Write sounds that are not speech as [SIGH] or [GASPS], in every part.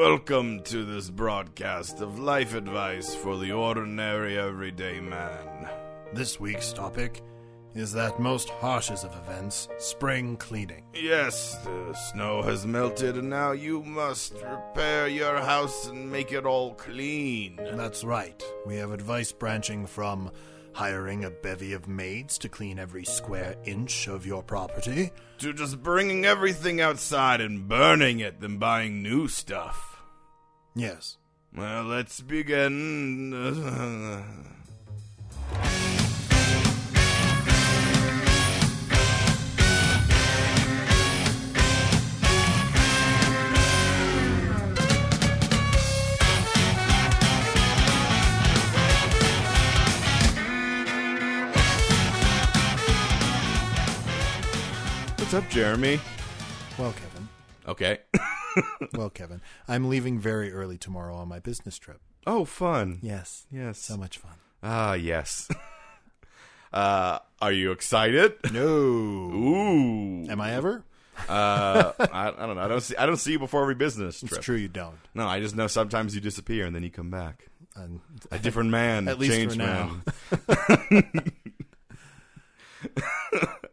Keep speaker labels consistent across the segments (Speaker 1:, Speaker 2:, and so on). Speaker 1: Welcome to this broadcast of life advice for the ordinary everyday man.
Speaker 2: This week's topic is that most harshest of events spring cleaning.
Speaker 1: Yes, the snow has melted and now you must repair your house and make it all clean.
Speaker 2: That's right. We have advice branching from hiring a bevy of maids to clean every square inch of your property.
Speaker 1: To just bringing everything outside and burning it than buying new stuff.
Speaker 2: Yes.
Speaker 1: Well, let's begin. What's up, Jeremy?
Speaker 2: Well, Kevin.
Speaker 1: Okay.
Speaker 2: [LAUGHS] Well, Kevin. I'm leaving very early tomorrow on my business trip.
Speaker 1: oh, fun.
Speaker 2: Yes.
Speaker 1: Yes.
Speaker 2: So much fun.
Speaker 1: Ah, yes. [LAUGHS] uh, are you excited?
Speaker 2: No.
Speaker 1: Ooh.
Speaker 2: Am I ever?
Speaker 1: uh, I, I don't know. I don't see. I don't see you before every business trip.
Speaker 2: It's true you don't.
Speaker 1: No, I just know sometimes you disappear and then you come back,
Speaker 2: Um,
Speaker 1: a different man,
Speaker 2: [LAUGHS] At
Speaker 1: a
Speaker 2: least
Speaker 1: changed
Speaker 2: for now.
Speaker 1: man. [LAUGHS]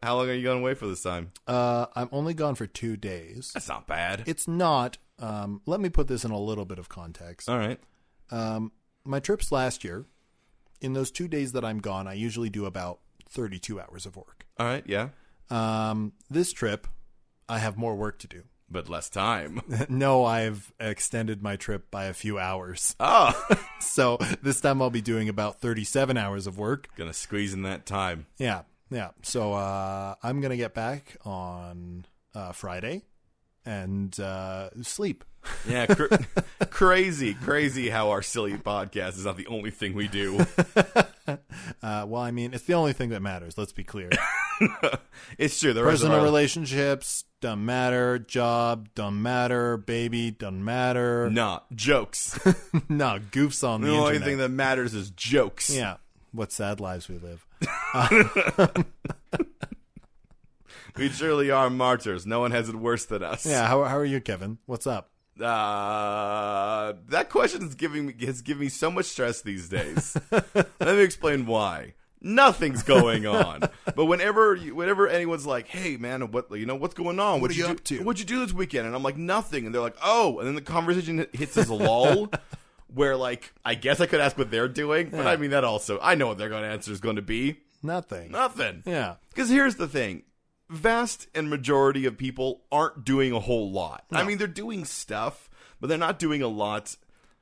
Speaker 1: How long are you going away for this time?
Speaker 2: uh, I'm only gone for two days.
Speaker 1: That's not bad.
Speaker 2: It's not. Um, let me put this in a little bit of context.
Speaker 1: All right.
Speaker 2: Um, my trips last year, in those two days that I'm gone, I usually do about 32 hours of work.
Speaker 1: All right. Yeah,
Speaker 2: Um, this trip, I have more work to do. [LAUGHS]
Speaker 1: but less time.
Speaker 2: no, I've extended my trip by a few hours. [LAUGHS]
Speaker 1: Oh,
Speaker 2: So this time I'll be doing about 37 hours of work.
Speaker 1: gonna squeeze in that time.
Speaker 2: Yeah, yeah. So uh, I'm going to get back on uh, Friday and uh, sleep.
Speaker 1: Yeah, cr- [LAUGHS] crazy, crazy. How our silly podcast is not the only thing we do.
Speaker 2: Uh, well, I mean, it's the only thing that matters. Let's be clear.
Speaker 1: it's true. The rest of
Speaker 2: Personal
Speaker 1: our-
Speaker 2: relationships don't matter. Job don't matter. Baby don't matter. [LAUGHS]
Speaker 1: Nah, jokes.
Speaker 2: no goofs on the,
Speaker 1: the only
Speaker 2: internet.
Speaker 1: thing that matters is jokes.
Speaker 2: yeah, what sad lives
Speaker 1: [LAUGHS]
Speaker 2: we live.
Speaker 1: We surely are martyrs. No one has it worse than us.
Speaker 2: Yeah, how how are you, Kevin? What's up?
Speaker 1: Uh, that question is giving me has given me so much stress these days.
Speaker 2: [LAUGHS]
Speaker 1: Let me explain why. Nothing's going on. but whenever you, whenever anyone's like, "Hey man, what you know what's going on? What,
Speaker 2: are
Speaker 1: you,
Speaker 2: you
Speaker 1: do-
Speaker 2: up to?"
Speaker 1: What'd you do this weekend?" And I'm like, "Nothing." And they're like, "Oh." And then the conversation hits this
Speaker 2: [LAUGHS]
Speaker 1: lull. Where like I guess I could ask what they're doing, but I mean that also I know what they're going to answer is going to be
Speaker 2: Nothing.
Speaker 1: nothing.
Speaker 2: Yeah.
Speaker 1: Because here's the thing vast and majority of people aren't doing a whole lot. I mean, they're doing stuff, but they're not doing a lot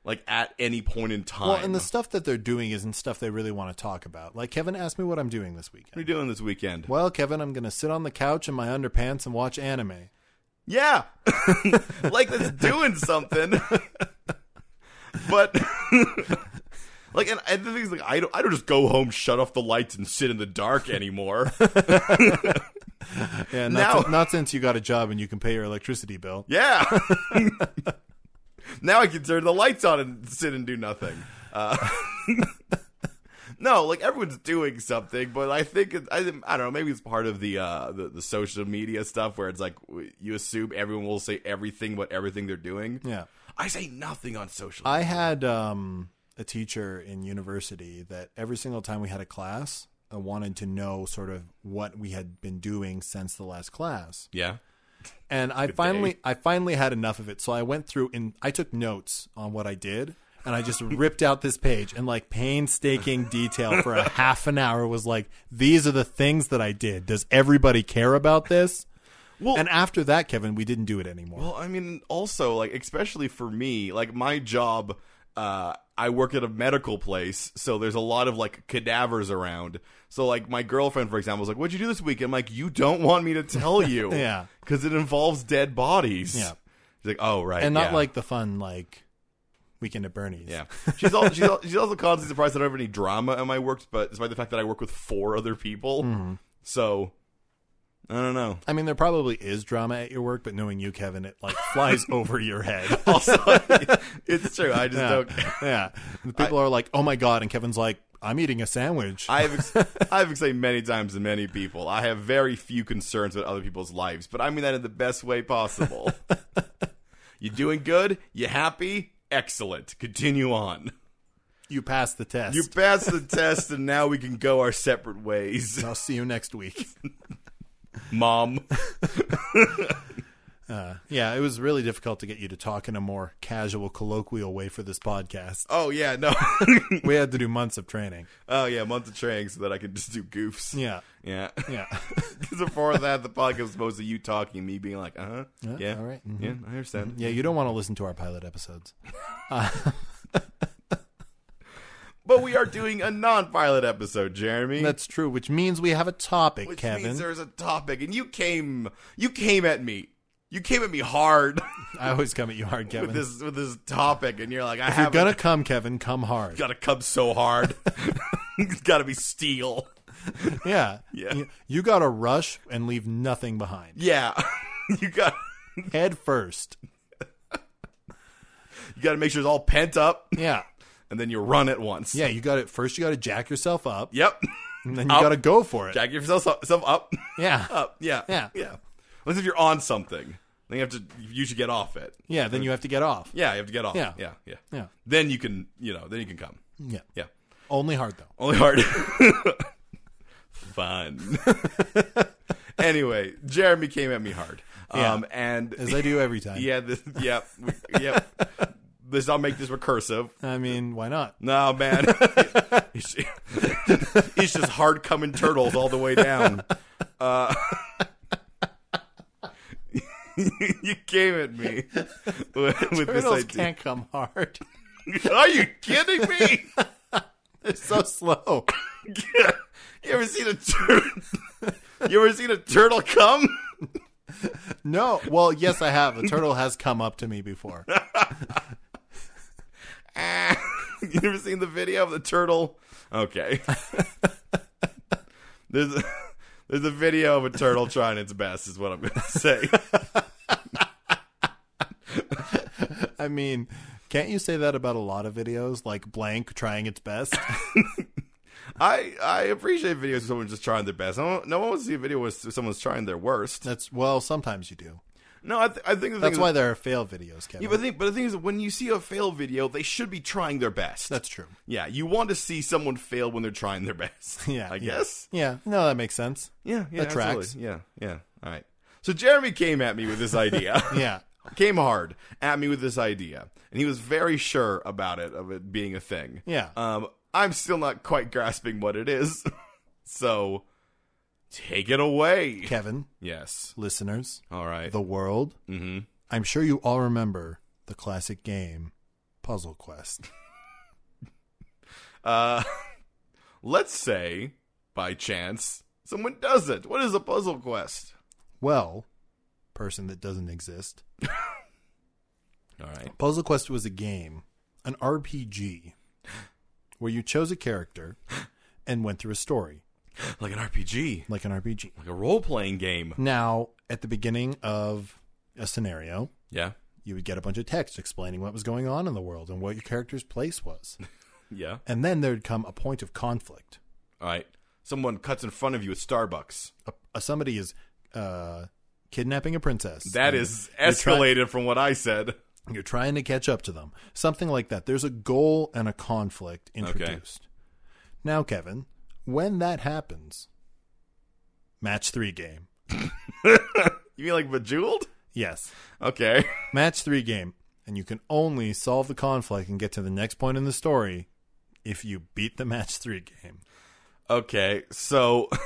Speaker 1: like at any point in time.
Speaker 2: Well, and the stuff that they're doing isn't stuff they really want to talk about. Like Kevin asked me what I'm doing this
Speaker 1: what are
Speaker 2: weekend.
Speaker 1: you doing this weekend?
Speaker 2: Well, Kevin, I'm going to sit on the couch in my underpants and
Speaker 1: [LAUGHS]
Speaker 2: watch anime.
Speaker 1: Yeah. like that's doing something. [LAUGHS] but [LAUGHS] like and, and the thing is like I don't I don't just go home, shut off the lights and sit in the dark anymore.
Speaker 2: Yeah, not,
Speaker 1: Now-
Speaker 2: si- not since you got a job and you can pay your electricity bill. [LAUGHS]
Speaker 1: Yeah. now I can turn the lights on and sit and do nothing. Uh, [LAUGHS] no, like everyone's doing something, but I think it, I, think- I don't know. Maybe it's part of the, uh, the the social media stuff where it's like w- you assume everyone will say everything but everything they're doing.
Speaker 2: Yeah.
Speaker 1: I say nothing on social.
Speaker 2: I had um, a teacher in university that every single time we had a class, I wanted to know sort of what we had been doing since the last class.
Speaker 1: yeah.
Speaker 2: and I finally I finally had enough of it. So I went through and I took notes on what I did and I
Speaker 1: [LAUGHS]
Speaker 2: just ripped out this page and like painstaking detail
Speaker 1: [LAUGHS]
Speaker 2: for a half an hour was like these are the things that I did. Does everybody care about this?
Speaker 1: Well-
Speaker 2: and after that, Kevin, we didn't do it anymore.
Speaker 1: Well, I mean, also like especially for me, like my job, uh, I work at a medical place, so there's a lot of like cadavers around. So like my girlfriend, for example, was like, "What'd you do this week?" I'm like, "You don't want me to tell you,
Speaker 2: [LAUGHS] Yeah.
Speaker 1: because it involves dead bodies."
Speaker 2: Yeah.
Speaker 1: she's like, "Oh, right,"
Speaker 2: and not
Speaker 1: yeah.
Speaker 2: like the fun like weekend at Bernie's.
Speaker 1: Yeah, she's all, she's, all, she's also constantly surprised I don't have any drama in my work, but despite the fact that I work with four other people,
Speaker 2: Mm-hmm.
Speaker 1: so I don't know.
Speaker 2: I mean, there probably is drama at your work, but knowing you, Kevin, it like flies
Speaker 1: [LAUGHS]
Speaker 2: over your head.
Speaker 1: Also, [LAUGHS] it's true. I just
Speaker 2: Yeah.
Speaker 1: don't.
Speaker 2: yeah. The People are like, "Oh my god," and Kevin's like, "I'm eating a sandwich."
Speaker 1: I have ex- [LAUGHS] I have explained many times to many people. I have
Speaker 2: [LAUGHS]
Speaker 1: very few concerns about other people's lives, but I mean that in the best way possible. You doing good? You happy? Excellent. Continue on.
Speaker 2: You passed the test.
Speaker 1: You passed the test, and now we can go our separate ways,
Speaker 2: [LAUGHS] I'll see you
Speaker 1: [LAUGHS]
Speaker 2: next week.
Speaker 1: Mom.
Speaker 2: yeah, it was really difficult to get you to talk in a more casual, colloquial way for this podcast. [LAUGHS]
Speaker 1: Oh yeah, no. [LAUGHS]
Speaker 2: We had to do months of training.
Speaker 1: oh yeah, month of training so that I could just do goofs.
Speaker 2: Yeah.
Speaker 1: Yeah. [LAUGHS]
Speaker 2: Yeah. [LAUGHS]
Speaker 1: Because before that, the podcast was mostly you talking, me being like, uh huh, yeah,
Speaker 2: all right, Mm-hmm.
Speaker 1: yeah, I understand.
Speaker 2: Yeah, you don't want to listen to our
Speaker 1: [LAUGHS]
Speaker 2: pilot episodes.
Speaker 1: But we are doing a non-pilot episode, Jeremy.
Speaker 2: That's true, which means we have a topic,
Speaker 1: which
Speaker 2: Kevin.
Speaker 1: means there's a topic, and you came, you came at me, you came at me hard [LAUGHS]
Speaker 2: I always come at you hard, Kevin.
Speaker 1: with [LAUGHS] this with this topic, and you're like, I
Speaker 2: if you're
Speaker 1: haven't
Speaker 2: gonna come, Kevin, come
Speaker 1: [LAUGHS]
Speaker 2: hard.
Speaker 1: gotta come so hard. [LAUGHS] it's gotta be steel.
Speaker 2: Yeah.
Speaker 1: Yeah.
Speaker 2: You, you gotta rush and leave nothing behind.
Speaker 1: Yeah, [LAUGHS] you got
Speaker 2: Head first.
Speaker 1: you gotta make sure it's all pent up,
Speaker 2: Yeah.
Speaker 1: and then you run at once.
Speaker 2: Yeah, you got to first you gotta jack yourself up
Speaker 1: Yep.
Speaker 2: and then you
Speaker 1: Up.
Speaker 2: gotta go for it.
Speaker 1: Jack yourself up- yourself up,
Speaker 2: yeah.
Speaker 1: up. Yeah.
Speaker 2: Yeah.
Speaker 1: Yeah. Unless if you're on something, then you have to. You should get off it.
Speaker 2: Yeah, then you have to get off.
Speaker 1: Yeah, you have to get off.
Speaker 2: Yeah.
Speaker 1: Yeah. Yeah.
Speaker 2: Yeah.
Speaker 1: Then you can, you know, then you can come.
Speaker 2: Yeah.
Speaker 1: Yeah.
Speaker 2: Only hard though.
Speaker 1: Only hard. [LAUGHS] Fun. [LAUGHS] anyway, Jeremy came at me hard.
Speaker 2: Yeah.
Speaker 1: Um, and
Speaker 2: As I do every time.
Speaker 1: yeah, this, yep, we- yep. This I'll make this recursive.
Speaker 2: I mean, why not?
Speaker 1: No man, [LAUGHS] it's it's just hard coming turtles all the way down. Uh, [LAUGHS] you came at me [LAUGHS] with, with this
Speaker 2: Turtles
Speaker 1: idea.
Speaker 2: can't come hard.
Speaker 1: Are you kidding me?
Speaker 2: [LAUGHS] They're so slow.
Speaker 1: [LAUGHS] you ever seen a turtle? [LAUGHS] You ever seen a turtle come? [LAUGHS]
Speaker 2: No. Well, yes, I have. A turtle has come up to me before.
Speaker 1: [LAUGHS] you ever seen the video of the turtle? Okay. [LAUGHS] there's a, [LAUGHS] there's a video of a turtle trying its best. Is what I'm going to [LAUGHS] say.
Speaker 2: I mean, can't you say that about a lot of videos like blank trying
Speaker 1: [LAUGHS]
Speaker 2: its best?
Speaker 1: I I appreciate videos of someone just trying their best. I don't, no one wants to see a video where someone's trying their worst.
Speaker 2: That's well, sometimes you do.
Speaker 1: No, I, th- I think the thing
Speaker 2: That's
Speaker 1: is,
Speaker 2: why there are fail videos, Kevin.
Speaker 1: Yeah, but the, thing, but the thing is, when you see a fail video, they should be trying their best.
Speaker 2: That's true.
Speaker 1: yeah, you want to see someone fail when they're trying their best.
Speaker 2: [LAUGHS] Yeah.
Speaker 1: I
Speaker 2: yeah.
Speaker 1: guess.
Speaker 2: Yeah. No, that makes sense.
Speaker 1: Yeah, yeah,
Speaker 2: That tracks.
Speaker 1: absolutely. Yeah, yeah. All right. So Jeremy came at me with this
Speaker 2: [LAUGHS]
Speaker 1: idea.
Speaker 2: Yeah.
Speaker 1: Came hard at me with this idea, and he was very sure about it of it being a thing.
Speaker 2: Yeah.
Speaker 1: Um, I'm still not quite grasping what it is, [LAUGHS] so take it away.
Speaker 2: Kevin,
Speaker 1: Yes.
Speaker 2: listeners,
Speaker 1: All right.
Speaker 2: the world,
Speaker 1: mm-hmm.
Speaker 2: I'm sure you all remember the classic game Puzzle Quest.
Speaker 1: Uh, [LAUGHS] let's say by chance someone does it. What is a puzzle quest?
Speaker 2: Well, person that doesn't exist.
Speaker 1: All right.
Speaker 2: Puzzle Quest was a game, an RPG, where you chose a character and went through a story,
Speaker 1: Like an RPG,
Speaker 2: like an RPG.
Speaker 1: like a role-playing game.
Speaker 2: Now, at the beginning of a scenario,
Speaker 1: Yeah.
Speaker 2: you would get a bunch of text explaining what was going on in the world and what your character's place was.
Speaker 1: Yeah.
Speaker 2: And then there'd come a point of conflict.
Speaker 1: All right. Someone cuts in front of you at Starbucks.
Speaker 2: A, a- somebody is uh, kidnapping a princess.
Speaker 1: That
Speaker 2: And
Speaker 1: is
Speaker 2: you're try-
Speaker 1: escalated from what I said.
Speaker 2: You're trying to catch up to them. Something like that. There's a goal and a conflict introduced. Now, Kevin, when that happens, match three game.
Speaker 1: You mean like bejeweled?
Speaker 2: Yes.
Speaker 1: Okay. [LAUGHS]
Speaker 2: Match three game. And you can only solve the conflict and get to the next point in the story if you beat the match three game.
Speaker 1: Okay. So, [LAUGHS]
Speaker 2: And,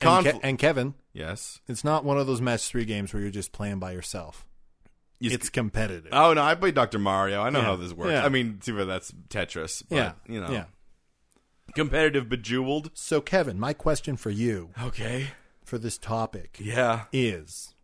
Speaker 1: conflict.
Speaker 2: Ke- and Kevin,
Speaker 1: yes.
Speaker 2: it's not one of those match three games where you're just playing by yourself.
Speaker 1: Yes.
Speaker 2: It's competitive.
Speaker 1: Oh no, I played Dr. Mario. I know
Speaker 2: Yeah.
Speaker 1: how this works.
Speaker 2: Yeah.
Speaker 1: I mean, see, but that's Tetris. But,
Speaker 2: yeah.
Speaker 1: You know,
Speaker 2: Yeah.
Speaker 1: competitive bejeweled.
Speaker 2: So, Kevin, my question for you
Speaker 1: Okay.
Speaker 2: for this topic
Speaker 1: Yeah.
Speaker 2: is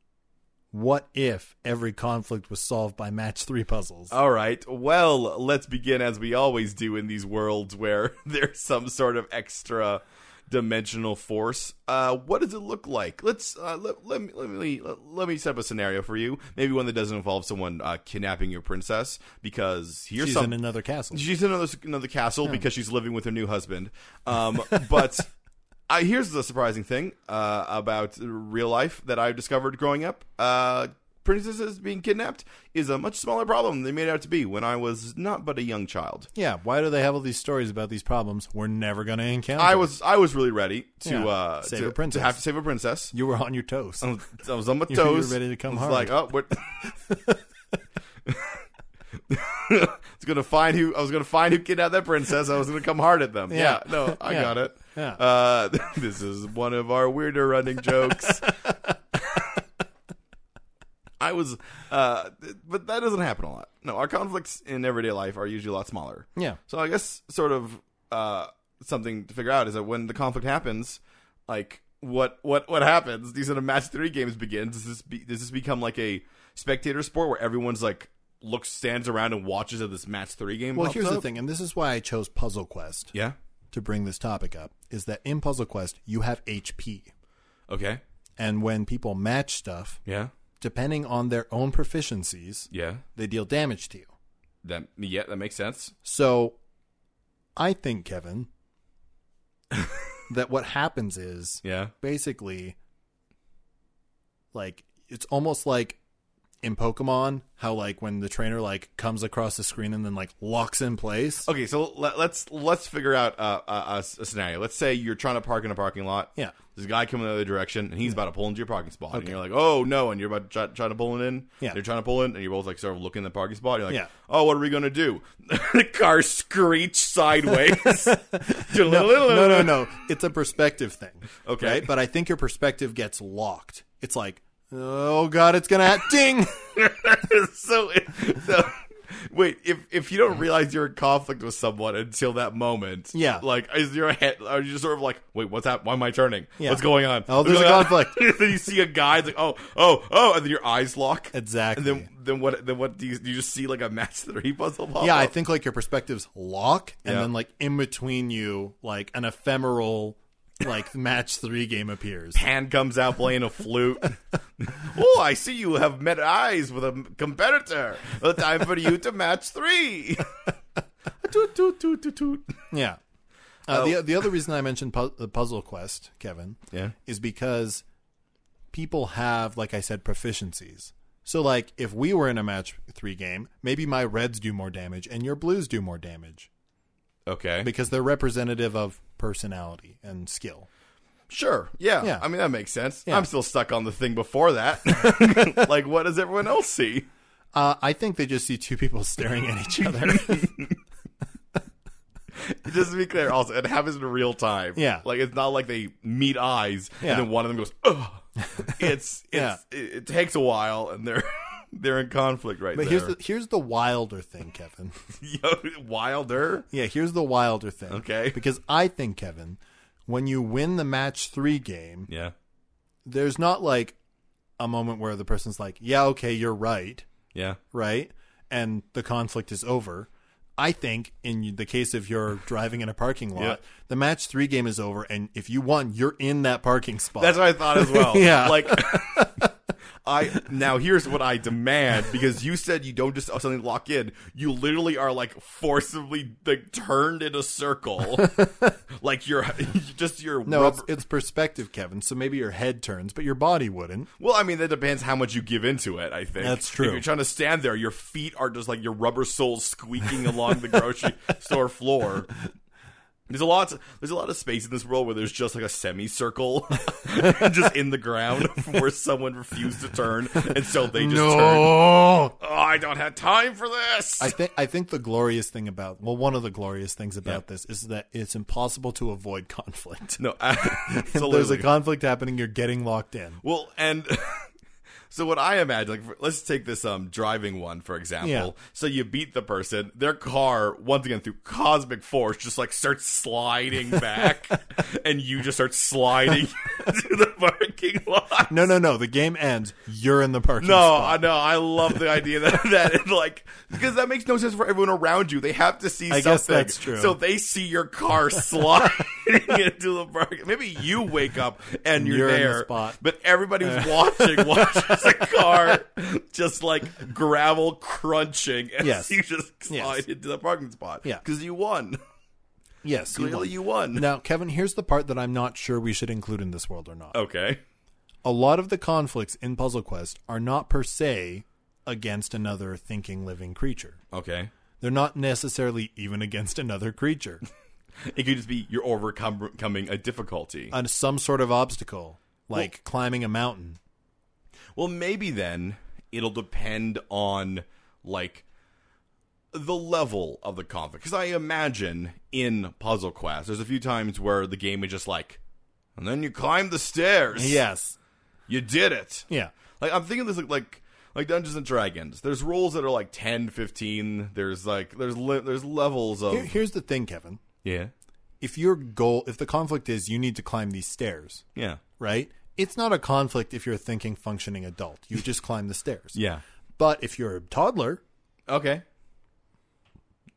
Speaker 2: what if every conflict was solved by match three puzzles?
Speaker 1: All right. Well, let's begin as we always do in these worlds where [LAUGHS] there's some sort of extra dimensional force. Uh, what does it look like? Let's uh, let, let me let me let, me set up a scenario for you. Maybe one that doesn't involve someone uh, kidnapping your princess because here's
Speaker 2: She's
Speaker 1: some
Speaker 2: in another castle.
Speaker 1: She's in another, another castle
Speaker 2: Oh.
Speaker 1: because she's living with her new husband. Um, [LAUGHS] but I, here's the surprising thing uh, about real life that I've discovered growing up. Uh, princesses being kidnapped is a much smaller problem than made out to be when I was not but a young child.
Speaker 2: Yeah, why do they have all these stories about these problems we're never going to encounter?
Speaker 1: I was I was really ready to
Speaker 2: Yeah.
Speaker 1: uh
Speaker 2: Save
Speaker 1: to,
Speaker 2: a princess.
Speaker 1: to have to save a princess.
Speaker 2: you were on your toes.
Speaker 1: I was- I was on my
Speaker 2: [LAUGHS] You were
Speaker 1: toes.
Speaker 2: ready to come
Speaker 1: I
Speaker 2: hard.
Speaker 1: was like, oh, what? [LAUGHS] it's gonna find who I was gonna find who kidnapped that princess. I was gonna come hard at them.
Speaker 2: Yeah.
Speaker 1: Yeah, no, I
Speaker 2: Yeah.
Speaker 1: got it.
Speaker 2: Yeah.
Speaker 1: Uh, [LAUGHS] this is one of our weirder running
Speaker 2: [LAUGHS]
Speaker 1: jokes. I was, uh, th- but that doesn't happen a lot. No, our conflicts in everyday life are usually a lot smaller.
Speaker 2: yeah.
Speaker 1: So I guess sort of uh, something to figure out is that when the conflict happens, like what what what happens? These sort of match three games begin. Does this be, does this become like a spectator sport where everyone's like looks stands around and watches as this match three game?
Speaker 2: Well,
Speaker 1: pops
Speaker 2: here's the
Speaker 1: up?
Speaker 2: thing, and this is why I chose Puzzle Quest
Speaker 1: Yeah.
Speaker 2: to bring this topic up, is that in Puzzle Quest, you have HP.
Speaker 1: Okay.
Speaker 2: And when people match stuff,
Speaker 1: Yeah.
Speaker 2: depending on their own proficiencies,
Speaker 1: Yeah.
Speaker 2: they deal damage to you.
Speaker 1: That yeah that makes sense.
Speaker 2: So I think, Kevin, that what happens is
Speaker 1: Yeah.
Speaker 2: basically like it's almost like in Pokemon how like when the trainer like comes across the screen and then like locks in place.
Speaker 1: Okay, so let, let's let's figure out uh, a, a, a scenario. Let's say you're trying to park in a parking lot.
Speaker 2: Yeah.
Speaker 1: There's a guy coming the other direction, and he's about to pull into your parking spot. And you're like, oh, no. And you're about to try, try to pull it in.
Speaker 2: Yeah.
Speaker 1: You're trying to pull in, and you're both like sort of looking in the parking spot. You're like,
Speaker 2: Yeah.
Speaker 1: oh, what are we going to do? [LAUGHS] the car screeched sideways.
Speaker 2: [LAUGHS]
Speaker 1: [LAUGHS]
Speaker 2: No, no, no. It's a perspective thing.
Speaker 1: Okay.
Speaker 2: Right? But I think your perspective gets locked. It's like, oh god, it's gonna ha- ding.
Speaker 1: [LAUGHS] so, so wait if if you don't realize you're in conflict with someone until that moment
Speaker 2: Yeah.
Speaker 1: like is your head are you just sort of like wait what's that why am i turning
Speaker 2: Yeah.
Speaker 1: what's going on
Speaker 2: Oh, there's
Speaker 1: What's
Speaker 2: a
Speaker 1: going on? [LAUGHS]
Speaker 2: conflict.
Speaker 1: then you see a guy it's like oh oh oh and then your eyes lock
Speaker 2: Exactly.
Speaker 1: and then then what then what do you, do you just see like a match three puzzle ball
Speaker 2: yeah, I think like your perspectives lock, and
Speaker 1: Yeah.
Speaker 2: then like in between you, like an ephemeral, like [LAUGHS] match three game appears.
Speaker 1: hand comes out playing a
Speaker 2: [LAUGHS]
Speaker 1: flute [LAUGHS] oh i see you have met eyes with a competitor well, time for you to match
Speaker 2: [LAUGHS]
Speaker 1: three toot toot toot toot toot
Speaker 2: Yeah. Uh, The the other reason I mentioned pu- the Puzzle Quest, Kevin,
Speaker 1: yeah
Speaker 2: is because people have, like I said, proficiencies. So like if we were in a match three game, maybe my reds do more damage and your blues do more damage
Speaker 1: okay
Speaker 2: because they're representative of personality and skill.
Speaker 1: Sure. Yeah.
Speaker 2: Yeah.
Speaker 1: I mean, that makes sense.
Speaker 2: Yeah.
Speaker 1: I'm still stuck on the thing before that. [LAUGHS]
Speaker 2: [LAUGHS]
Speaker 1: like, what does everyone else see?
Speaker 2: Uh, I think they just see two people [LAUGHS] staring at each other.
Speaker 1: Just to be clear, also, it happens in real time.
Speaker 2: Yeah.
Speaker 1: Like, it's not like they meet eyes
Speaker 2: Yeah.
Speaker 1: and then one of them goes,
Speaker 2: [LAUGHS]
Speaker 1: ugh. It's, it's,
Speaker 2: Yeah.
Speaker 1: it, it takes a while and they're, [LAUGHS] they're in conflict right
Speaker 2: [LAUGHS] But
Speaker 1: there.
Speaker 2: here's the here's the wilder thing, Kevin.
Speaker 1: [LAUGHS] Yo, Wilder?
Speaker 2: Yeah, here's the wilder thing.
Speaker 1: Okay. [LAUGHS]
Speaker 2: Because I think, Kevin, when you win the match three game,
Speaker 1: Yeah.
Speaker 2: there's not like a moment where the person's like, yeah, okay, you're right,
Speaker 1: Yeah.
Speaker 2: right? And the conflict is over. I think in the case of you're driving in a parking lot,
Speaker 1: Yeah.
Speaker 2: the match three game is over. And if you won, you're in that parking spot.
Speaker 1: That's what I thought
Speaker 2: [LAUGHS]
Speaker 1: as well.
Speaker 2: Yeah.
Speaker 1: Like [LAUGHS] I now here's what I demand because you said you don't just oh, suddenly lock in. You literally are like forcibly like turned in a
Speaker 2: [LAUGHS]
Speaker 1: circle. like you're [LAUGHS] just your
Speaker 2: no,
Speaker 1: rubber.
Speaker 2: it's, it's perspective, Kevin. So maybe your head turns, but your body wouldn't.
Speaker 1: well, I mean that depends how much you give into it, I think.
Speaker 2: That's true.
Speaker 1: If you're trying to stand there, your feet are just like your rubber soles squeaking along the
Speaker 2: [LAUGHS]
Speaker 1: grocery store floor. There's a lot. There's a lot of space in this world where there's just like a semicircle, [LAUGHS] just in the ground, [LAUGHS] where someone refused to turn, and so they just turn.
Speaker 2: no.
Speaker 1: Oh, I don't have time for this.
Speaker 2: I think I think the glorious thing about well, one of the glorious things about this is that it's impossible to avoid conflict. [LAUGHS]
Speaker 1: no, [LAUGHS] absolutely.
Speaker 2: There's a conflict happening. You're getting locked in.
Speaker 1: Well, and [LAUGHS] so what I imagine, like, for- let's take this um driving one for example.
Speaker 2: Yeah.
Speaker 1: So you beat the person, their car once again through cosmic force just like starts sliding back, and you just start sliding [LAUGHS] to the parking lot.
Speaker 2: No, no, no. The game ends. You're in the parking
Speaker 1: No,
Speaker 2: spot.
Speaker 1: I no, I love the idea that [LAUGHS] that it, like because that makes no sense for everyone around you. They have to see
Speaker 2: I
Speaker 1: something.
Speaker 2: guess that's true.
Speaker 1: So they see your
Speaker 2: [LAUGHS]
Speaker 1: car sliding into the park. Maybe you wake up and you're,
Speaker 2: You're in the
Speaker 1: there,
Speaker 2: spot.
Speaker 1: but everybody
Speaker 2: [LAUGHS]
Speaker 1: who's watching watches the car just like gravel crunching as
Speaker 2: Yes.
Speaker 1: you just slide
Speaker 2: Yes.
Speaker 1: into the parking spot.
Speaker 2: Yeah.
Speaker 1: because you won.
Speaker 2: Yes.
Speaker 1: [LAUGHS]
Speaker 2: you
Speaker 1: Clearly,
Speaker 2: won.
Speaker 1: you won.
Speaker 2: Now, Kevin, here's the part that I'm not sure we should include in this world or not.
Speaker 1: Okay.
Speaker 2: a lot of the conflicts in Puzzle Quest are not per se against another thinking living creature.
Speaker 1: Okay.
Speaker 2: They're not necessarily even against
Speaker 1: [LAUGHS]
Speaker 2: another creature,
Speaker 1: It could just be you're overcoming a difficulty.
Speaker 2: on some sort of obstacle, like climbing a mountain.
Speaker 1: Well, maybe then it'll depend on like the level of the conflict. Because I imagine in Puzzle Quest, there's a few times where the game is just like, and then you climb the stairs.
Speaker 2: Yes.
Speaker 1: you did it.
Speaker 2: Yeah.
Speaker 1: Like I'm thinking this like like like Dungeons and Dragons. There's rules that are like 10, 15. There's like there's le- there's levels of
Speaker 2: Here- here's the thing, Kevin.
Speaker 1: yeah
Speaker 2: If your goal, if the conflict is you need to climb these stairs,
Speaker 1: yeah
Speaker 2: right? It's not a conflict if you're a thinking, functioning adult. You just climb the stairs.
Speaker 1: yeah
Speaker 2: But if you're a toddler,
Speaker 1: okay.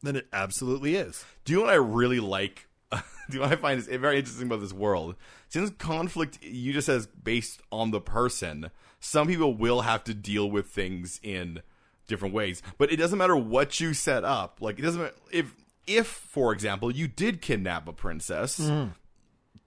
Speaker 2: then it absolutely is.
Speaker 1: Do you know what I really like? [LAUGHS] Do you know what I find is very interesting about this world? Since conflict, you just says based on the person, some people will have to deal with things in different ways. But it doesn't matter what you set up. Like it doesn't ma- if if for example you did kidnap a princess.
Speaker 2: Mm-hmm.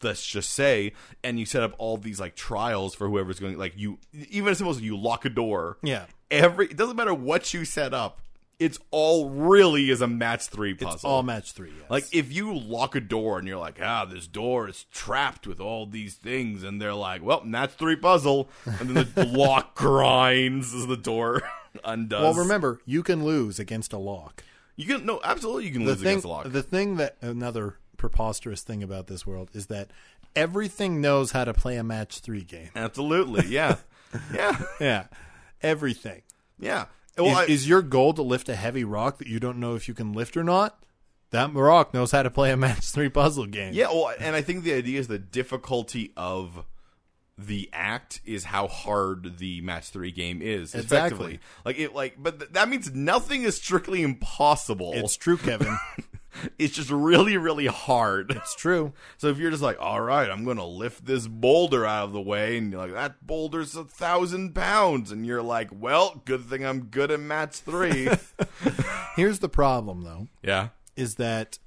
Speaker 1: Let's just say, and you set up all these like trials for whoever's going. Like you, even as simple as you lock a door.
Speaker 2: Yeah.
Speaker 1: Every it doesn't matter what you set up. It's all really is a match three puzzle.
Speaker 2: It's all match three. Yes.
Speaker 1: Like if you lock a door and you're like, ah, this door is trapped with all these things, and they're like, well, that's three puzzle, and then
Speaker 2: [LAUGHS]
Speaker 1: the lock grinds as the door [LAUGHS] undoes.
Speaker 2: well, remember, you can lose against a lock.
Speaker 1: you can no, absolutely, you can
Speaker 2: The
Speaker 1: lose
Speaker 2: thing,
Speaker 1: against the lock.
Speaker 2: the thing that another preposterous thing about this world is that everything knows how to play a match three game.
Speaker 1: absolutely,
Speaker 2: [LAUGHS]
Speaker 1: yeah, yeah,
Speaker 2: Yeah, [LAUGHS] everything.
Speaker 1: yeah. Well,
Speaker 2: is,
Speaker 1: I-
Speaker 2: is your goal to lift a heavy rock that you don't know if you can lift or not? That rock knows how to play a match three puzzle game.
Speaker 1: yeah, well, and I think the idea is the difficulty of the act is how hard the match three game is.
Speaker 2: Exactly.
Speaker 1: Effectively. Like it, like, but th- that means nothing is strictly impossible.
Speaker 2: it's
Speaker 1: [LAUGHS]
Speaker 2: true, Kevin.
Speaker 1: it's just really, really hard.
Speaker 2: it's true.
Speaker 1: So if you're just like, all right, I'm gonna lift this boulder out of the way, and you're like, that boulder's a thousand pounds, and you're like, well, good thing I'm good at match three.
Speaker 2: Here's the problem, though,
Speaker 1: [LAUGHS] yeah,
Speaker 2: is that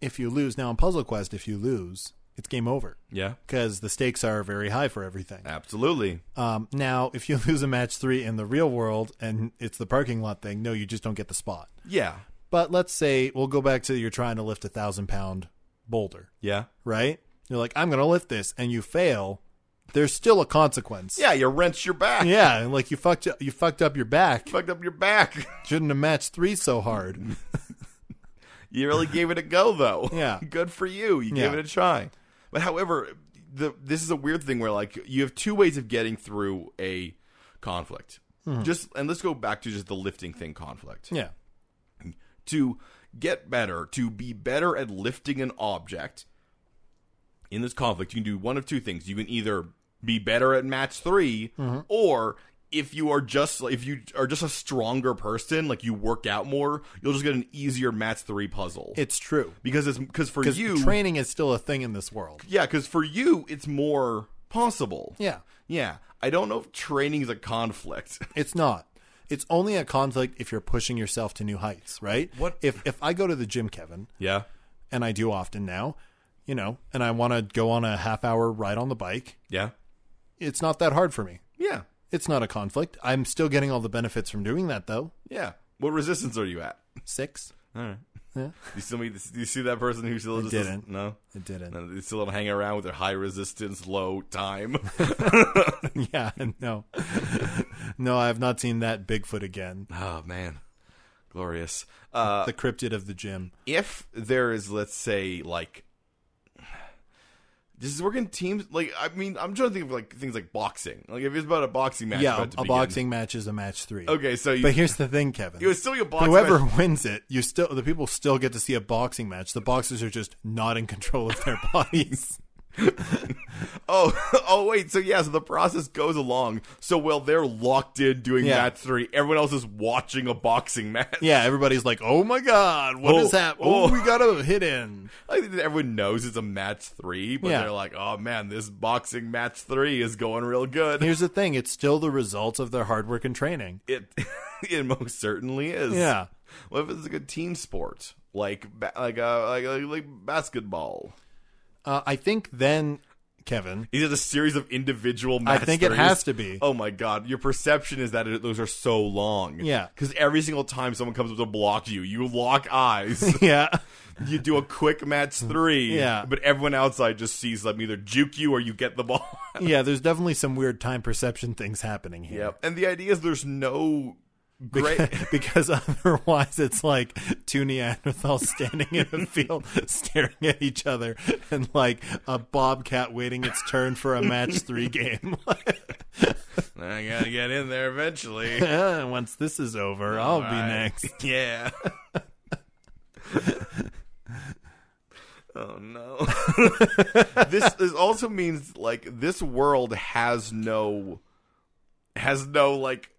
Speaker 2: if you lose now in Puzzle Quest, if you lose, it's game over
Speaker 1: yeah,
Speaker 2: because the stakes are very high for everything.
Speaker 1: absolutely.
Speaker 2: Um, now, if you [LAUGHS] lose a match three in the real world and it's the parking lot thing, no, you just don't get the spot.
Speaker 1: Yeah,
Speaker 2: But let's say we'll go back to you're trying to lift a thousand pound boulder,
Speaker 1: yeah,
Speaker 2: right? You're like, I'm going to lift this, and you fail. There's still a consequence.
Speaker 1: yeah. You wrench your back.
Speaker 2: [LAUGHS] Yeah, and like you fucked up, you fucked up your back.
Speaker 1: Fucked up your back. [LAUGHS]
Speaker 2: Shouldn't have matched three so hard.
Speaker 1: You really gave it a go, though.
Speaker 2: Yeah.
Speaker 1: [LAUGHS] Good for you. You
Speaker 2: Yeah.
Speaker 1: gave it a try. But however, the this is a weird thing where like you have two ways of getting through a conflict. Just and let's go back to just the lifting thing conflict.
Speaker 2: Yeah,
Speaker 1: to get better, to be better at lifting an object. In this conflict, you can do one of two things. You can either be better at match 3 or if you are just if you are just a stronger person, like you work out more, you'll just get an easier match three puzzle.
Speaker 2: it's true.
Speaker 1: because it's because for
Speaker 2: Because
Speaker 1: you,
Speaker 2: training is still a thing in this world.
Speaker 1: yeah, because for you, it's more possible.
Speaker 2: Yeah,
Speaker 1: yeah. I don't know if training is a conflict.
Speaker 2: it's not. It's only a conflict if you're pushing yourself to new heights, right?
Speaker 1: What-
Speaker 2: if if I go to the gym, Kevin,
Speaker 1: Yeah,
Speaker 2: and I do often now, you know, and I want to go on a half hour ride on the bike,
Speaker 1: yeah,
Speaker 2: it's not that hard for me.
Speaker 1: [LAUGHS] yeah,
Speaker 2: It's not a conflict. I'm still getting all the benefits from doing that though.
Speaker 1: yeah. What resistance are you at?
Speaker 2: Six.
Speaker 1: All right.
Speaker 2: Yeah.
Speaker 1: You still meet this, you see that person who still just
Speaker 2: didn't.
Speaker 1: no,
Speaker 2: It didn't.
Speaker 1: no, they still don't hang around with their high resistance, low
Speaker 2: [LAUGHS]
Speaker 1: time.
Speaker 2: yeah, no. no, I have not seen that Bigfoot again.
Speaker 1: oh man, glorious. Uh,
Speaker 2: The cryptid of the gym.
Speaker 1: if there is, let's say, like this is working teams. Like I mean, I'm trying to think of like things like boxing. Like if it's about a boxing match,
Speaker 2: yeah,
Speaker 1: about to
Speaker 2: a
Speaker 1: begin.
Speaker 2: boxing match is a match three.
Speaker 1: Okay, so you,
Speaker 2: But here's the thing,
Speaker 1: it
Speaker 2: Kevin.
Speaker 1: was still a boxing.
Speaker 2: Whoever
Speaker 1: match.
Speaker 2: wins it, you still the people still get to see a boxing match. The boxers are just not in control of their [LAUGHS] bodies.
Speaker 1: Oh, [LAUGHS] oh wait. So yeah, so the process goes along. So while they're locked in doing
Speaker 2: Yeah.
Speaker 1: match three, everyone else is watching a boxing match.
Speaker 2: yeah, everybody's like, "Oh my god, what
Speaker 1: Oh,
Speaker 2: is that? Oh,
Speaker 1: oh."
Speaker 2: we got a hit in."
Speaker 1: I think that everyone knows it's a match three, but
Speaker 2: Yeah.
Speaker 1: they're like, oh man, this boxing match three is going real good.
Speaker 2: Here's the thing: it's still the result of their hard work and training.
Speaker 1: It [LAUGHS] it most certainly is.
Speaker 2: Yeah.
Speaker 1: What if it's a good team sport? Like ba- like uh, like, like like basketball.
Speaker 2: Uh, I think then Kevin. [LAUGHS]
Speaker 1: These are the series of individual
Speaker 2: I
Speaker 1: masteries.
Speaker 2: think it has to be.
Speaker 1: Oh my god, your perception is that it, those are so long.
Speaker 2: Yeah.
Speaker 1: because every single time someone comes up to block you, you lock
Speaker 2: [LAUGHS]
Speaker 1: eyes.
Speaker 2: Yeah.
Speaker 1: you do a quick match three.
Speaker 2: Yeah.
Speaker 1: but everyone outside just sees them either juke you or you get the ball.
Speaker 2: Yeah, there's definitely some weird time perception things happening here.
Speaker 1: yep, and the idea is there's no great.
Speaker 2: Beca- because [LAUGHS] otherwise it's like two Neanderthals standing in a field staring at each other and like a bobcat waiting its turn for a match three game.
Speaker 1: [LAUGHS]
Speaker 2: [LAUGHS]
Speaker 1: I gotta get in there eventually.
Speaker 2: Uh, Once this is over, [LAUGHS] I'll be
Speaker 1: Right. [LAUGHS]
Speaker 2: next.
Speaker 1: Yeah. oh no. [LAUGHS] this this also means like this world has no has no like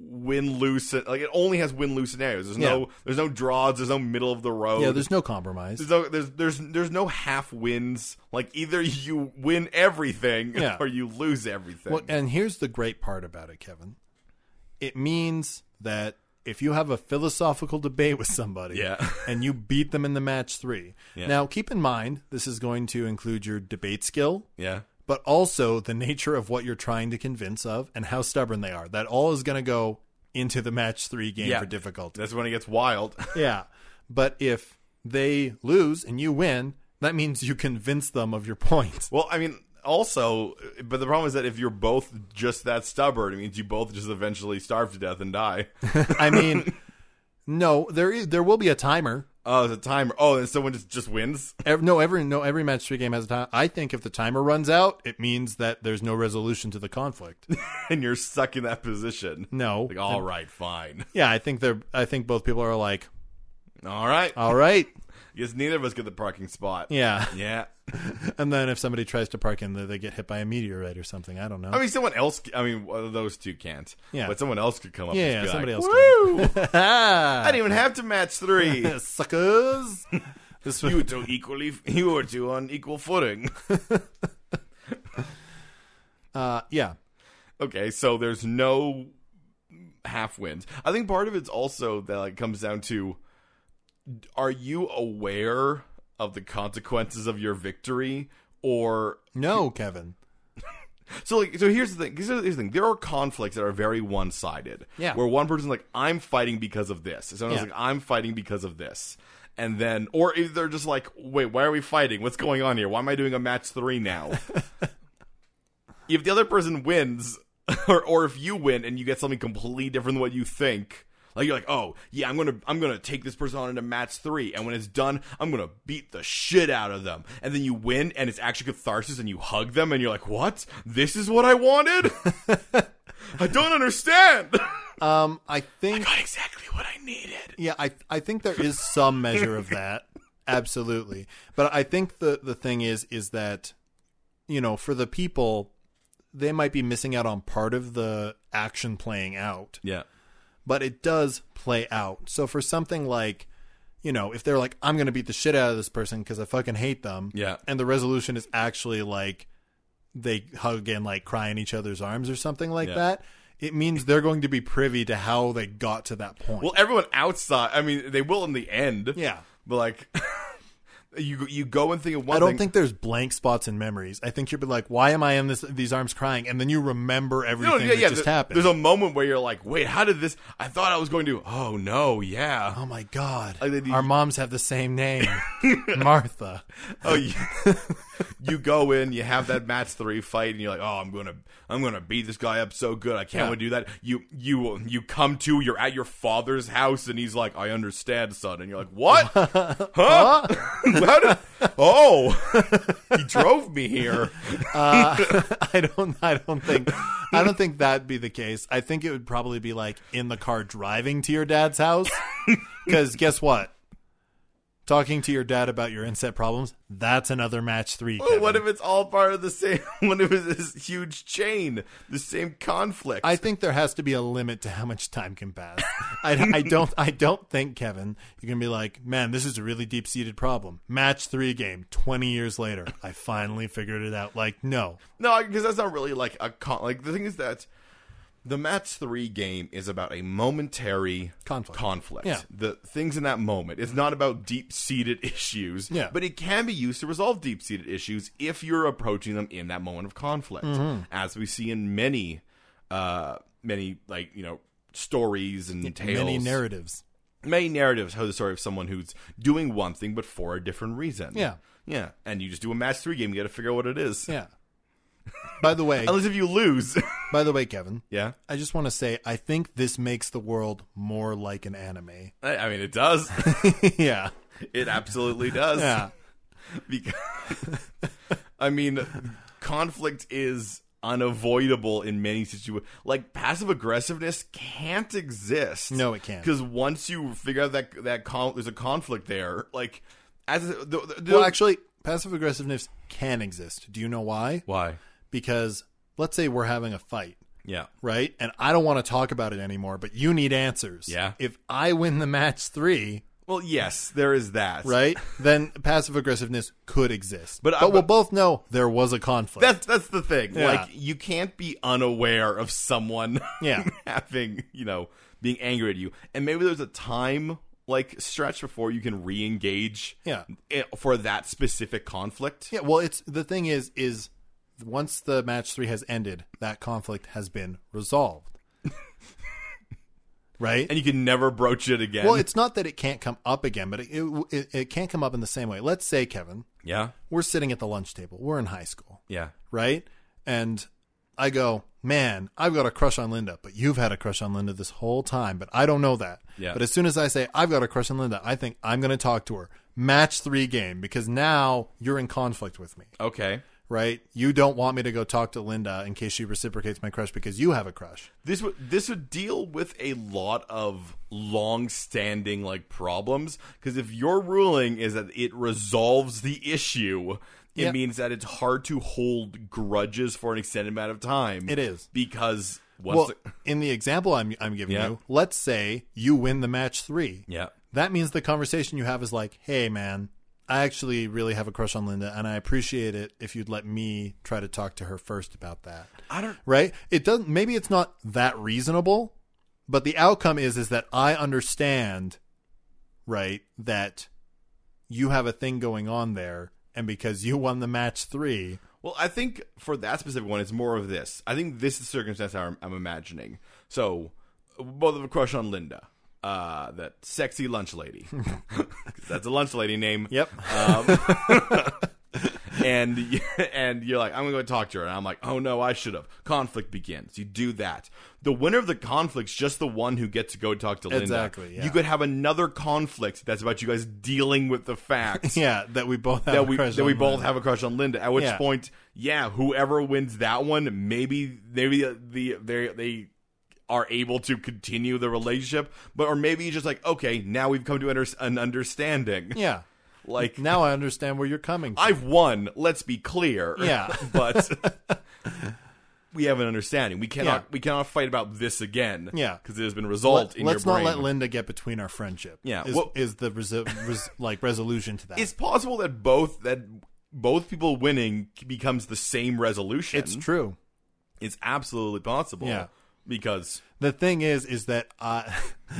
Speaker 1: win lose like it only has win lose scenarios. There's
Speaker 2: Yeah.
Speaker 1: no there's no draws, there's no middle of the road.
Speaker 2: Yeah, there's no compromise.
Speaker 1: there's no there's there's there's no half wins. Like either you win everything
Speaker 2: Yeah.
Speaker 1: [LAUGHS] or you lose everything.
Speaker 2: Well, eh. and here's the great part about it, Kevin. It means that if you have a philosophical debate with somebody [LAUGHS]
Speaker 1: Yeah.
Speaker 2: and you beat them in the match three.
Speaker 1: Yeah.
Speaker 2: Now, keep in mind, this is going to include your debate skill,
Speaker 1: yeah.
Speaker 2: but also the nature of what you're trying to convince of and how stubborn they are. That all is going to go into the match three game
Speaker 1: Yeah.
Speaker 2: for difficulty.
Speaker 1: That's when it gets wild. [LAUGHS]
Speaker 2: yeah. But if they lose and you win, that means you convince them of your point. [LAUGHS]
Speaker 1: Well, I mean, also, but the problem is that if you're both just that stubborn, it means you both just eventually starve to death and
Speaker 2: [LAUGHS]
Speaker 1: die.
Speaker 2: I mean, no, there is, there will be a timer.
Speaker 1: Oh, it's a timer. Oh, and someone just just wins. [LAUGHS]
Speaker 2: Ev no, every no every match three game has a time. I think if the timer runs out, it means that there's no resolution to the conflict.
Speaker 1: and you're stuck in that position.
Speaker 2: No,
Speaker 1: Like, all right, fine. [LAUGHS]
Speaker 2: yeah, I think they're. I think both people are like,
Speaker 1: All right.
Speaker 2: all right,
Speaker 1: Guess neither of us get the parking spot.
Speaker 2: Uh. yeah.
Speaker 1: Yeah.
Speaker 2: And then if somebody tries to park in there, they get hit by a meteorite or something. I don't know.
Speaker 1: I mean, someone else. I mean, well, those two can't.
Speaker 2: Yeah.
Speaker 1: But someone else could come up.
Speaker 2: Yeah,
Speaker 1: and
Speaker 2: yeah,
Speaker 1: just be
Speaker 2: somebody
Speaker 1: like,
Speaker 2: else [LAUGHS]
Speaker 1: Woo! I
Speaker 2: Ah,
Speaker 1: didn't even have to match
Speaker 2: [LAUGHS]
Speaker 1: three.
Speaker 2: suckers. This was,
Speaker 1: you were two equally. You were two on equal footing.
Speaker 2: [LAUGHS]
Speaker 1: [LAUGHS]
Speaker 2: uh, yeah,
Speaker 1: Okay, so there's no half wins. I think part of it's also that like comes down to are you aware of the consequences of your victory or
Speaker 2: no, Kevin.
Speaker 1: so like so here's the thing here's the here's the thing there are conflicts that are very one-sided
Speaker 2: Yeah.
Speaker 1: where one person's like I'm fighting because of this and someone's
Speaker 2: Yeah.
Speaker 1: like I'm fighting because of this and then or if they're just like wait why are we fighting what's going on here why am I doing a match 3 now if the other person wins, [LAUGHS] or or if you win and you get something completely different than what you think, like you're like, oh yeah, I'm gonna I'm gonna take this person on into match three, and when it's done, I'm gonna beat the shit out of them, and then you win, and it's actually catharsis, and you hug them, and you're like, what? This is what I [LAUGHS] wanted. I don't understand. [LAUGHS]
Speaker 2: Um, I think.
Speaker 1: Got exactly what I needed.
Speaker 2: Yeah, I I think there is some measure
Speaker 1: [LAUGHS]
Speaker 2: of that. Absolutely. But I think the the thing is is that you know, for the people they might be missing out on part of the action playing out,
Speaker 1: Yeah.
Speaker 2: but it does play out. So for something like you know, if they're like I'm going to beat the shit out of this person cuz I fucking hate them.
Speaker 1: Yeah.
Speaker 2: And the resolution is actually like they hug and like cry in each other's arms or something like
Speaker 1: Yeah.
Speaker 2: that. It means they're going to be privy to how they got to that point.
Speaker 1: Well, everyone outside. I mean, they will in the end.
Speaker 2: yeah.
Speaker 1: But like, [LAUGHS] you you go and think of one
Speaker 2: I don't
Speaker 1: thing.
Speaker 2: think there's blank spots in memories. I think you'd be like, "Why am I in this? These arms crying?" And then you remember everything that just
Speaker 1: there-
Speaker 2: happened.
Speaker 1: There's a moment where you're like, wait, how did this? I thought I was going to. Oh no, yeah.
Speaker 2: oh my god!
Speaker 1: Like, they-
Speaker 2: Our moms have the same
Speaker 1: [LAUGHS]
Speaker 2: name, Martha. [LAUGHS]
Speaker 1: Oh, you, you go in, you have that match three fight, and you're like, oh, I'm gonna, I'm gonna beat this guy up so good. I can't
Speaker 2: Yeah.
Speaker 1: wait to do that. You, you, you come to. You're at your father's house, and he's like, I understand, son. And you're like,
Speaker 2: [LAUGHS]
Speaker 1: what? huh? [LAUGHS] how did? Oh, [LAUGHS] he drove me here.
Speaker 2: [LAUGHS] I don't. I don't think.
Speaker 1: [LAUGHS]
Speaker 2: I don't think that'd be the case. I think it would probably be like in the car driving to your
Speaker 1: [LAUGHS]
Speaker 2: dad's house. Because guess what? Talking to your dad about your inset problems—that's another match three.
Speaker 1: But
Speaker 2: Kevin.
Speaker 1: Oh, What if it's all part of the same? [LAUGHS] What if it's this huge chain, the same conflict?
Speaker 2: I think there has to be a limit to how much time can pass. I, I don't. I don't think Kevin, you can be like, man, this is a really deep seated problem. Match three game. Twenty years later, I finally figured it out. Like, no,
Speaker 1: No, because that's not really like a con. Like the thing is that the match three game is about a momentary
Speaker 2: Conflict.
Speaker 1: conflict.
Speaker 2: Yeah.
Speaker 1: The things in that moment. It's not about deep seated [LAUGHS] issues.
Speaker 2: Yeah.
Speaker 1: But it can be used to resolve deep seated issues if you're approaching them in that moment of conflict.
Speaker 2: Mm-hmm.
Speaker 1: As we see in many uh many like, you know, stories and tales
Speaker 2: Many narratives.
Speaker 1: many narratives tell the story of someone who's doing one thing but for a different reason.
Speaker 2: Yeah.
Speaker 1: Yeah. And you just do a match three game, you gotta figure out what it is.
Speaker 2: Yeah. by the
Speaker 1: [LAUGHS]
Speaker 2: way,
Speaker 1: Unless if you lose.
Speaker 2: by the way, Kevin,
Speaker 1: yeah.
Speaker 2: I just want to say I think this makes the world more like an anime. [LAUGHS]
Speaker 1: I, I mean it does.
Speaker 2: yeah.
Speaker 1: It absolutely does.
Speaker 2: Yeah.
Speaker 1: [LAUGHS] Because I mean conflict is unavoidable in many situations. Like passive aggressiveness can't exist.
Speaker 2: No, it can't.
Speaker 1: Because once you figure out that that con- there's a conflict there, like as the, the, the-
Speaker 2: Well, actually, passive aggressiveness can exist. Do you know why?
Speaker 1: why?
Speaker 2: Because let's say we're having a fight,
Speaker 1: Yeah.
Speaker 2: right? And I don't want to talk about it anymore, but you need answers.
Speaker 1: Yeah.
Speaker 2: If I win the match three,
Speaker 1: Well, yes, there is that. [LAUGHS]
Speaker 2: right, then passive aggressiveness could exist.
Speaker 1: But
Speaker 2: But,
Speaker 1: I-
Speaker 2: we'll
Speaker 1: but-
Speaker 2: both know there was a conflict.
Speaker 1: That's that's the thing.
Speaker 2: Yeah.
Speaker 1: Like you can't be unaware of
Speaker 2: [LAUGHS]
Speaker 1: someone
Speaker 2: Yeah.
Speaker 1: [LAUGHS] having, you know, being angry at you. And maybe there's a time like stretch before you can re-engage
Speaker 2: Yeah.
Speaker 1: i- for that specific conflict.
Speaker 2: yeah. Well, it's the thing is, is once the match three has ended, that conflict has been resolved, right?
Speaker 1: And you can never broach it again.
Speaker 2: well, it's not that it can't come up again, but it, it, it, it can't come up in the same way. Let's say, Kevin,
Speaker 1: yeah.
Speaker 2: we're sitting at the lunch table. We're in high school,
Speaker 1: Yeah.
Speaker 2: right? And I go, man, I've got a crush on Linda, but you've had a crush on Linda this whole time, but I don't know that.
Speaker 1: Yeah.
Speaker 2: But as soon as I say, I've got a crush on Linda, I think I'm going to talk to her. Match three game, because now you're in conflict with me,
Speaker 1: Okay.
Speaker 2: right? You don't want me to go talk to Linda in case she reciprocates my crush because you have a crush.
Speaker 1: This would this would deal with a lot of long-standing like problems because if your ruling is that it resolves the issue, it
Speaker 2: Yeah.
Speaker 1: means that it's hard to hold grudges for an extended amount of time.
Speaker 2: It is.
Speaker 1: because once
Speaker 2: Well,
Speaker 1: the-
Speaker 2: in the example I'm, I'm giving
Speaker 1: Yeah.
Speaker 2: you, let's say you win the match three.
Speaker 1: yeah,
Speaker 2: that means the conversation you have is like, hey, man, I actually really have a crush on Linda, and I appreciate it if you'd let me try to talk to her first about that.
Speaker 1: I don't.
Speaker 2: Right? It doesn't, maybe it's not that reasonable, but the outcome is, is that I understand, right, that you have a thing going on there, and because you won the match three,
Speaker 1: Well, I think for that specific one, it's more of this. I think this is the circumstance I'm, I'm imagining. So, both of a crush on Linda, uh, that sexy lunch
Speaker 2: [LAUGHS]
Speaker 1: lady. [LAUGHS] 'Cause that's a lunch lady name. Um,
Speaker 2: yep, [LAUGHS]
Speaker 1: and [LAUGHS] y- and you're like, I'm gonna go talk to her, and I'm like, oh no, I should have. Conflict begins. You do that. The winner of the conflict's just the one who gets to go talk to Linda.
Speaker 2: Exactly, yeah.
Speaker 1: You could have another conflict that's about you guys dealing with the fact
Speaker 2: [LAUGHS] yeah, that we both have
Speaker 1: that
Speaker 2: a
Speaker 1: we
Speaker 2: crush
Speaker 1: that we
Speaker 2: on
Speaker 1: both
Speaker 2: Linda.
Speaker 1: have a crush on Linda. At which
Speaker 2: Yeah.
Speaker 1: point, yeah, whoever wins that one, maybe maybe the they they are able to continue the relationship, but or maybe you're just like, okay, now we've come to under- an understanding.
Speaker 2: [LAUGHS] Yeah.
Speaker 1: Like
Speaker 2: Now I understand where you're coming from.
Speaker 1: I've won. Let's be clear.
Speaker 2: Yeah.
Speaker 1: [LAUGHS] but [LAUGHS] we have an understanding. We cannot
Speaker 2: Yeah.
Speaker 1: we cannot fight about this again.
Speaker 2: Yeah.
Speaker 1: because it has been resolved in
Speaker 2: let's
Speaker 1: your
Speaker 2: not
Speaker 1: brain.
Speaker 2: let Linda get between our friendship.
Speaker 1: Yeah,
Speaker 2: is,
Speaker 1: well-
Speaker 2: is the resi- res- like resolution to that?
Speaker 1: it's possible that both that both people winning becomes the same resolution.
Speaker 2: It's true.
Speaker 1: It's absolutely possible.
Speaker 2: Yeah.
Speaker 1: because
Speaker 2: The thing is, is that I,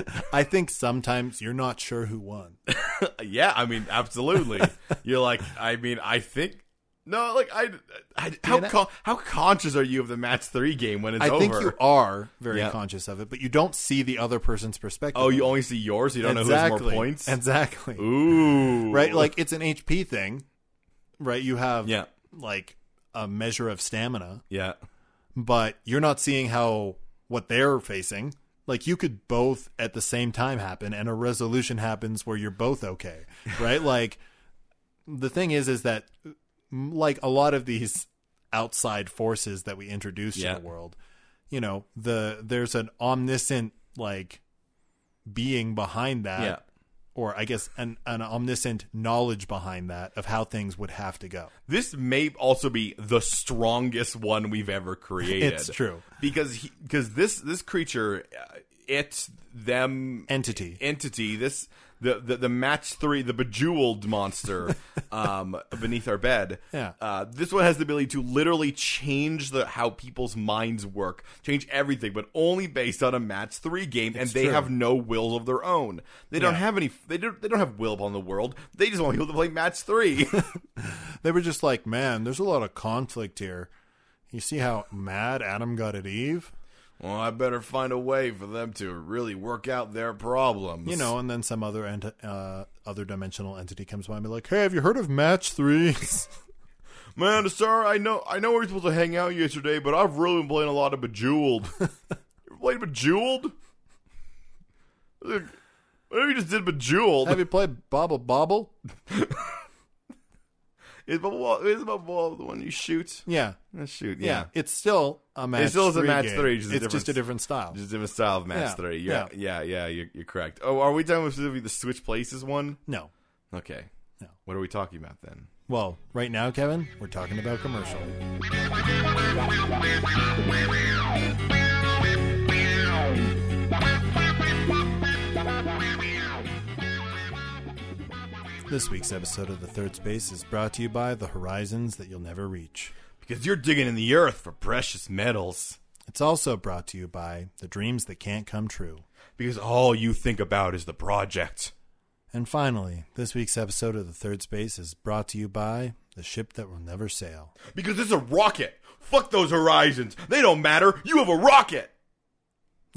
Speaker 2: [LAUGHS] I think sometimes you're not sure who won.
Speaker 1: yeah, I mean,
Speaker 2: [LAUGHS]
Speaker 1: absolutely. You're like, I mean, I think. No, like I, I how
Speaker 2: know-
Speaker 1: con- how conscious are you of the match three game when it's
Speaker 2: I
Speaker 1: over?
Speaker 2: think you are very
Speaker 1: Yeah.
Speaker 2: conscious of it, but you don't see the other person's perspective.
Speaker 1: oh, you only see yours. You don't know who has more points.
Speaker 2: Exactly.
Speaker 1: Ooh,
Speaker 2: Right, like it's an HP thing. Right, you have
Speaker 1: Yeah.
Speaker 2: like a measure of stamina,
Speaker 1: yeah.
Speaker 2: but you're not seeing how what they're facing. Like you could both at the same time happen and a resolution happens where you're both okay,
Speaker 1: [LAUGHS]
Speaker 2: right? like the thing is is that m- like a lot of these outside forces that we introduce
Speaker 1: Yeah.
Speaker 2: to the world, you know, the there's an omniscient like being behind that
Speaker 1: Yeah.
Speaker 2: or I guess an an omniscient knowledge behind that of how things would have to go.
Speaker 1: This may also be the strongest one we've ever created.
Speaker 2: [LAUGHS] It's true.
Speaker 1: because because this this creature, uh, it's them
Speaker 2: Entity.
Speaker 1: entity. This the, the, the match three, the bejeweled
Speaker 2: [LAUGHS]
Speaker 1: monster um, beneath our bed.
Speaker 2: Yeah.
Speaker 1: Uh, this one has the ability to literally change the how people's minds work, change everything, but only based on a match three game, and they
Speaker 2: true.
Speaker 1: have no wills of their own. They don't
Speaker 2: Yeah.
Speaker 1: have any. They don't. They don't have will upon the world. They just want people to play match
Speaker 2: [LAUGHS]
Speaker 1: three.
Speaker 2: They were just like, man, there's a lot of conflict here. You see how mad Adam got at Eve?
Speaker 1: well, I better find a way for them to really work out their problems.
Speaker 2: You know, and then some other ent- uh, other dimensional entity comes by and be like, hey, have you heard of match three? [LAUGHS]
Speaker 1: Man, sir, I know I know we were supposed to hang out yesterday, but I've really been playing a lot of
Speaker 2: [LAUGHS]
Speaker 1: Bejeweled. you ever played Bejeweled? Look, What if you just did Bejeweled?
Speaker 2: have you played Bobble Bobble?
Speaker 1: is Bubble Ball, is Bubble Ball the one you shoot?
Speaker 2: Yeah.
Speaker 1: Uh, Shoot,
Speaker 2: Yeah.
Speaker 1: yeah.
Speaker 2: It's still a match
Speaker 1: still is a
Speaker 2: three
Speaker 1: match
Speaker 2: game.
Speaker 1: three, just a
Speaker 2: it's just
Speaker 1: different-
Speaker 2: a different style.
Speaker 1: Just different style of match
Speaker 2: Yeah,
Speaker 1: three. You're, yeah, yeah, you're, you're correct. Oh, are we talking about specifically the Switch Places one?
Speaker 2: No.
Speaker 1: Okay.
Speaker 2: No.
Speaker 1: What are we talking about then?
Speaker 2: Well, right now, Kevin, we're talking about commercial. This week's episode of The Third Space is brought to you by The Horizons That You'll Never Reach.
Speaker 1: Because you're digging in the earth for precious metals.
Speaker 2: It's also brought to you by The Dreams That Can't Come True.
Speaker 1: Because all you think about is the project.
Speaker 2: And finally, this week's episode of The Third Space is brought to you by The Ship That Will Never Sail.
Speaker 1: Because it's a rocket. Fuck those horizons. They don't matter. You have a rocket.